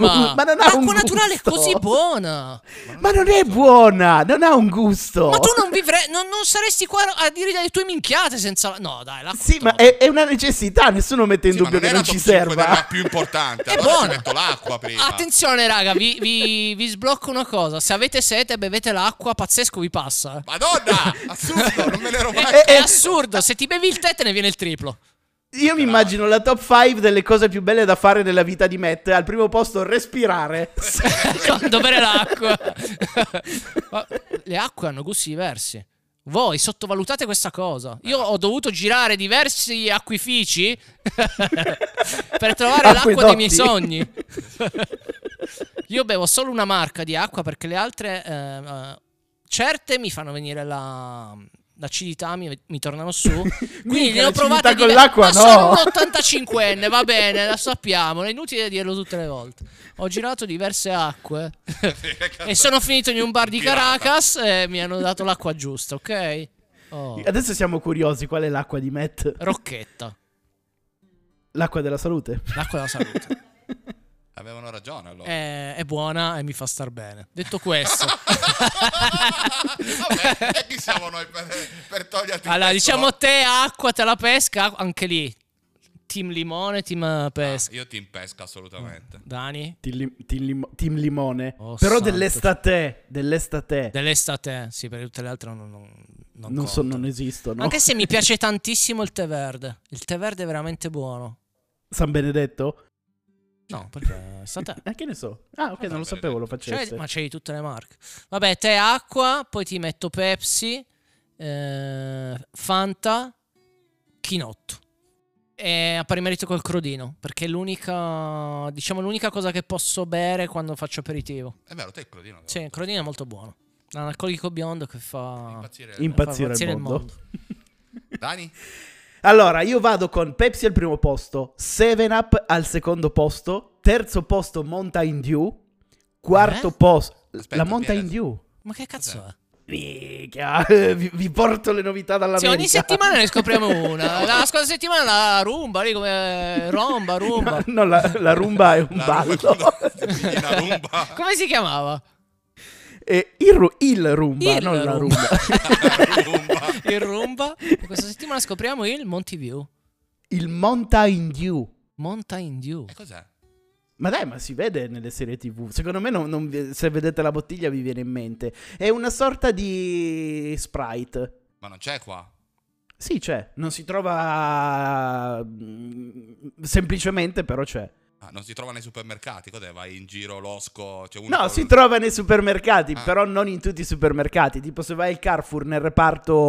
sottovalutatissima.
ma non ha un
L'acqua naturale è
gusto.
così buona.
Ma non è buona, non ha un gusto.
Ma tu non vivrei, non, non saresti qua a dire le tue minchiate senza... la- No, dai, l'acqua...
Sì, ma è, è una necessità, nessuno mette in
Sì, ma
dubbio
non
che
era
non
top
ci
5 della
serva.
più importante.
È
allora ci
buona.
metto l'acqua prima.
Attenzione, raga, vi, vi- vi sblocco una cosa. Se avete sete, bevete l'acqua, pazzesco vi passa.
Madonna! Assurdo, non me l'ero mai
È, è assurdo, se ti bevi il tè te ne viene il triplo.
Io mi immagino la top 5 delle cose più belle da fare nella vita di Matt. Al primo posto respirare.
Quando bere l'acqua. Ma le acque hanno gusti diversi. Voi sottovalutate questa cosa. Io ho dovuto girare diversi acquifici per trovare l'acqua dei miei
Acquedotti.
sogni. Io bevo solo una marca di acqua perché le altre, eh, eh, certe mi fanno venire la... L'acidità mi, mi tornano su. Quindi ne
Minchia,
ho
l'acidità
provate
con
diver-
l'acqua,
Ma
no.
sono un 85enne, va bene, la sappiamo. È inutile dirlo tutte le volte. Ho girato diverse acque e sono finito in un bar di
Pirata.
Caracas e mi hanno dato l'acqua giusta, ok? Oh,
Adesso siamo curiosi, qual è l'acqua di Matt? Oh.
Rocchetta,
L'acqua della salute.
l'acqua della salute.
Vabbè, avevano ragione allora.
Eh, È, è buona e mi fa star bene. Detto questo,
Vabbè, e chi siamo noi per, per toglierti
allora
questo?
diciamo te acqua, te la pesca, anche lì. Team limone, team eh,
Ah,
pesca.
Io ti pesca
Mm.
assolutamente.
Dani?
Team, Lim- Team Lim- Team Limone.
Oh,
Però
santo.
dell'estate, dell'estate.
Dell'estate, sì, perché tutte le altre non, non, non
non, so,
contano.
non esistono.
Anche se mi piace tantissimo il tè verde. Il tè verde è veramente buono.
San Benedetto?
No, perché è stato
Eh, che ne so? Ah, ok,
San
non lo sapevo, lo
C'è,
facesse.
Cioè, ma c'è di tutte le marche. Vabbè, tè acqua, poi ti metto Pepsi, eh, Fanta, Chinotto. E a pari merito col crodino, perché è l'unica, diciamo, l'unica cosa che posso bere quando faccio aperitivo.
È vero, te il crodino.
Sì, il crodino è molto buono. L'analcolico biondo che fa...
Impazzire.
Impazzire
Impazzire
il
il
mondo.
Dani?
Allora, io vado con Pepsi al primo posto, 7up al secondo posto, terzo posto Mountain Dew, quarto
Eh?
posto...
Aspetta,
la Mountain
Piero.
Dew.
Ma che cazzo è?
Minchia, vi, vi porto le novità dalla
Sì, ogni settimana ne scopriamo una. La scorsa settimana la rumba, lì come... Romba, rumba.
No, la, la rumba è un
La rumba
ballo.
quando ti pigli una rumba.
Come si chiamava?
Eh, il, ru- il rumba,
Il
non la
rumba.
rumba.
La rumba.
il rumba. E questa settimana scopriamo il Monty View.
il Mountain Dew.
Mountain Dew.
E cos'è?
Ma dai, ma si vede nelle serie TV. Secondo me, non- non vi- se vedete la bottiglia, vi viene in mente. È una sorta di sprite.
Ma non c'è qua.
Sì, c'è. Non si trova. mm, Semplicemente, però c'è.
Ah, non si trova nei supermercati, cos'è? Vai in giro l'osco, c'è uno
No,
con-
si trova nei supermercati,
Ah.
però non in tutti i supermercati. Tipo, se vai al Carrefour nel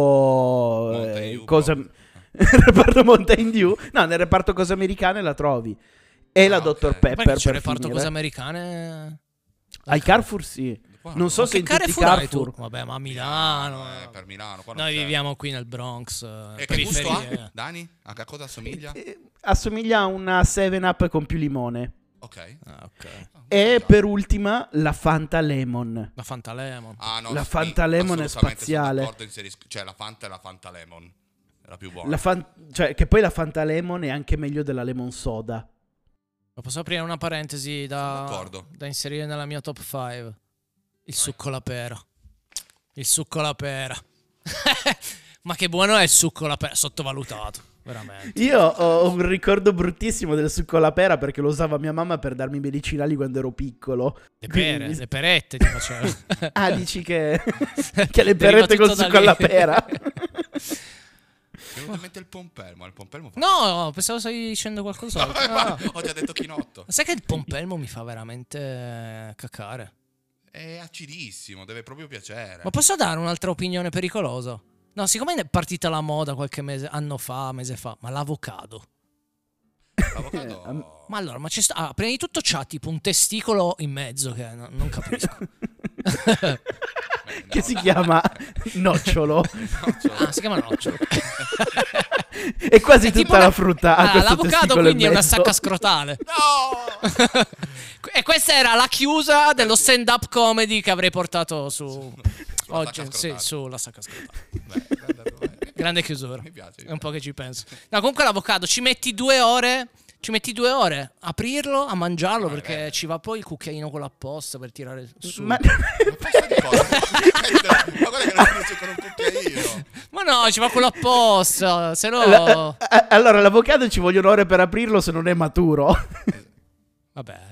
reparto.
Mountain
eh,
Dew,
cosa...
proprio.
nel reparto Mountain Dew. No, nel reparto cose americane la trovi. E la
Ah, ok.
Dr.
Ma
Pepper.
Perché c'è
Eh, per
il reparto
finire.
cose americane?
Al Carrefour, sì.
Qua no.
Non so
Ma
se
che
in tutti i
Carrefour hai tu?
Carrefour.
Vabbè, ma a Milano.
eh, per Milano. Qua non
Noi
c'è.
viviamo qui nel Bronx. eh,
E che gusto
periferie.
ha? Dani? A che cosa assomiglia?
Eh, Assomiglia a una 7-Up con più limone.
Ok.
Ah, ok.
Ah,
E
già.
Eh, per ultima la Fanta Lemon.
La Fanta Lemon.
Ah, no,
la
sì,
Fanta Lemon è
assolutamente
spaziale.
sono d'accordo, inserisco- Cioè, la Fanta e la Fanta Lemon. Era più buona.
La fan- cioè, che poi la Fanta Lemon è anche meglio della Lemon Soda.
Ma Posso aprire una parentesi da,
d'accordo.
da inserire nella mia top 5? Il succo alla pera. Il succo alla pera. ma che buono è il succo alla pera. Sottovalutato, veramente.
Io ho ho un ricordo bruttissimo del succo alla pera perché lo usava mia mamma per darmi i medicinali quando ero piccolo.
Le pere,
Quindi-
le perette ti facevo.
Ah, dici che, che le
Deriva
perette col
Eh. tutto da
succo
lì.
alla pera?
Mi è venuto in mente il pompelmo. Il pompelmo fa...
No, pensavo stavi dicendo qualcos'altro. Ah.
Ho già detto chinotto.
Sai che il pompelmo mi fa veramente cacare.
È acidissimo, deve proprio piacere.
Ma posso dare un'altra opinione pericolosa? No, siccome è partita la moda qualche mese, anno fa, mese fa, ma l'avocado.
L'avocado...
Eh, am-
Ma allora, ma c'è sta... ah, prima di tutto c'ha tipo un testicolo in mezzo che no- non capisco.
Eh, no,
che si chiama nocciolo.
nocciolo.
Ah, si chiama nocciolo.
E quasi
È
tutta
tipo una-
la frutta ha
Ah,
questo
l'avocado
testicolo in
quindi è una
mezzo.
sacca scrotale.
No!
e questa era la chiusa dello stand-up comedy che avrei portato su...
Sulla
Oggi,
sacca
sì,
scrotale.
sulla sacca scrotale.
Beh, guarda, guarda.
Grande chiusura.
Mi piace, mi
È un po' che ci penso. No, comunque l'avocado ci metti due ore. Ci metti due ore a aprirlo, a mangiarlo,
Ma è
perché
vero.
ci va poi il cucchiaino con l'apposta per tirare su.
Ma
Ma...
Ma posso di cosa? Ma guarda che lo finisce con un cucchiaino.
no, ci va con l'apposta, se no...
la- a- allora, l'avocado ci vogliono ore per aprirlo se non è maturo.
Vabbè...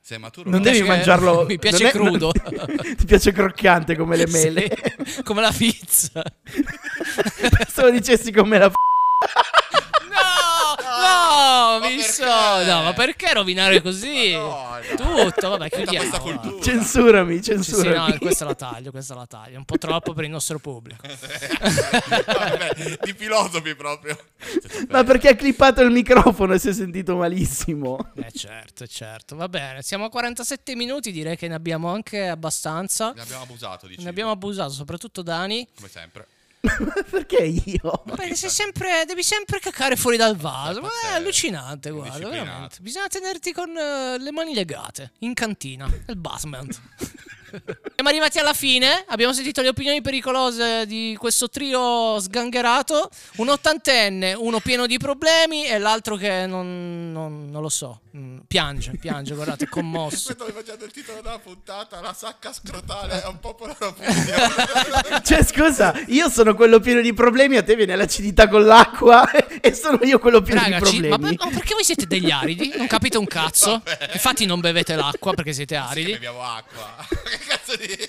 Se è maturo,
Non
no.
devi
piace-
mangiarlo.
mi piace
non è-
crudo.
non- ti piace croccante come le mele.
Sì, come la pizza.
Pensavo dicessi come la f-
No, no,
Ma
mi
perché?
so. No, ma perché rovinare così?
Ma no, no.
Tutto, vabbè,
Tutta
chiudiamo.
questa
va.
cultura.
Censurami,
Sì, sì,
censurami.
no, questa la taglio, questa la taglio. Un po' troppo per il nostro pubblico. Eh,
Vabbè, di filosofi proprio.
Ma perché ha clippato il microfono e si è sentito malissimo?
Eh certo, certo. Va bene, siamo a 47 minuti, direi che ne abbiamo anche abbastanza.
Ne abbiamo abusato, dici.
Ne abbiamo abusato, soprattutto Dani.
Come sempre.
perché io?
Perché
chissà.
sei sempre, devi sempre cacare fuori dal vaso. Ma
Forza,
è
sei
allucinante, guarda,
indisciplinato.
veramente. Bisogna tenerti con eh, le mani legate in cantina, nel basement. Siamo arrivati alla fine, abbiamo sentito le opinioni pericolose di questo trio sgangherato, un ottantenne, uno pieno di problemi e l'altro che non, non- non lo so, Mm, piange, piange, guardate, è commosso.
Questo aveva già del titolo della puntata, la sacca scrotale è un popolo raffinato.
Cioè, scusa, io sono quello pieno di problemi, a te viene l'acidità con l'acqua e sono io quello pieno di
Ragazzi, ma,
problemi.
ma perché voi siete degli aridi? Non capite un cazzo.
Vabbè.
Infatti non bevete l'acqua perché siete
Sì,
aridi.
beviamo acqua. che cazzo di...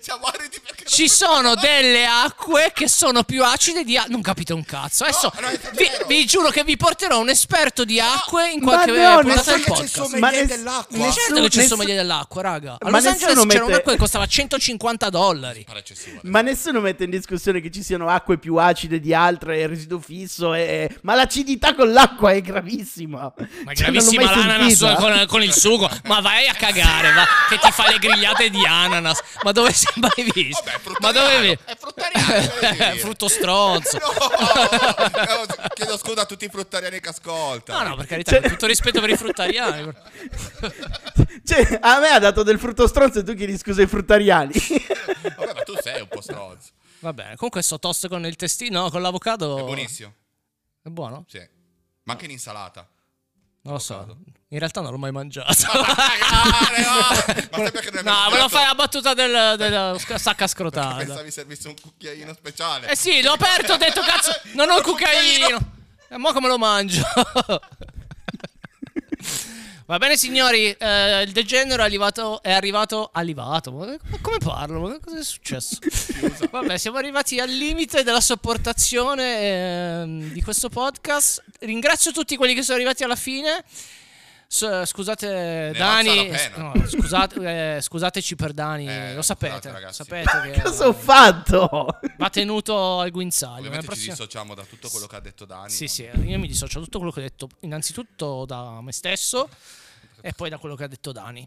Siamo aridi perché...
Ci sono delle acque che sono più acide di... a- Non capite un cazzo. Adesso
No, no, è
vi,
vero.
vi giuro che vi porterò un esperto di acque in qualche eh,
ma no,
puntata
nessuno-
del
Perché c'è il
podcast.
sommelier
Ma ness-
dell'acqua.
nessuno-
Certo che ci
nessu-
sono meglio dell'acqua, raga. A
Ma
Los Angeles
nessuno
c'era
mette-
un'acqua che costava 150 dollari.
Pare eccessivo. adesso.
Ma nessuno mette in discussione che ci siano acque più acide di altre, il residuo fisso, e- ma l'acidità con l'acqua è gravissima.
Ma
Cioè, non l'ho
gravissima
mai
l'ananas
sentita.
con, con il sugo. Ma vai a cagare, va, che ti fa le grigliate di ananas. Ma dove sei mai visto?
Vabbè, è
Ma
fruttariano,
dove vi-
è fruttariano, cosa devi eh, dire?
Frutto stronzo.
No, no, chiedo scusa a tutti i fruttariani che ascoltano.
No, no, per carità,
Cioè-
con tutto rispetto per i fruttariani.
Cioè, a me ha dato del frutto stronzo e tu chiedi scusa ai fruttariani.
Vabbè, ma tu sei un po' stronzo.
Va bene, comunque sto tosto con il testino, no, con l'avocado.
È buonissimo,
È buono?
sì. Ma anche in insalata.
Non lo so.
Avocado. Ah,
In realtà non l'ho mai mangiato.
Ma cagare, va! Ma sai perché ne abbiamo
Ah, no, volevo
parlato?
fare la battuta del, della sc- sacca scrotale.
Pensavi servisse un cucchiaino speciale.
Eh sì, l'ho aperto, ho detto cazzo, non ho il cucchiaino. E mo come lo mangio? Va bene signori, eh, il degenero è arrivato, è arrivato, arrivato, ma come parlo? Ma cosa è successo? Vabbè, siamo arrivati al limite della sopportazione ehm, di questo podcast. Ringrazio tutti quelli che sono arrivati alla fine. S- scusate
valsa
Dani,
la pena.
no, scusate- eh, scusateci per Dani,
Eh,
lo sapete,
scusate, ragazzi.
sapete che
Cosa ho fatto?
va tenuto al guinzaglio.
Ovviamente
La
ci
prossima-
dissociamo da tutto quello che ha detto Dani.
sì,
ma-
sì, io mi dissocio da tutto quello che ho detto, innanzitutto da me stesso e poi da quello che ha detto Dani.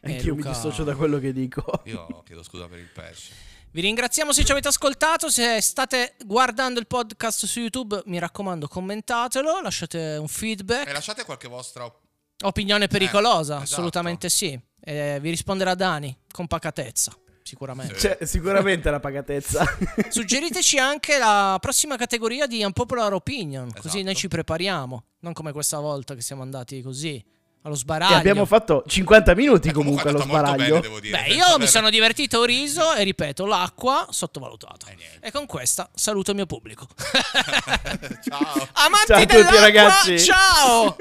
Eh,
Anch'io
Luca,
mi dissocio da quello che dico.
Io chiedo scusa per il pesce.
Vi ringraziamo se ci avete ascoltato, se state guardando il podcast su YouTube, mi raccomando commentatelo, lasciate un feedback,
E lasciate qualche vostra op-
opinione pericolosa,
Eh, esatto.
assolutamente sì. E vi risponderà Dani con pacatezza, sicuramente.
Sì.
Cioè, sicuramente la pagatezza.
Suggeriteci anche la prossima categoria di Unpopular Opinion, così
Esatto.
noi ci prepariamo, non come questa volta che siamo andati così allo
e
sbaraglio.
abbiamo fatto 50 minuti
Eh,
comunque
è
allo
andata molto
sbaraglio.
bene, devo dire.
Beh,
Senza
io mi
aver-
sono divertito, ho riso e ripeto, l'acqua sottovalutata.
Eh, niente.
E con questa saluto il mio pubblico.
Ciao.
Amanti
Ciao a tutti,
dell'acqua,
ragazzi.
Ciao!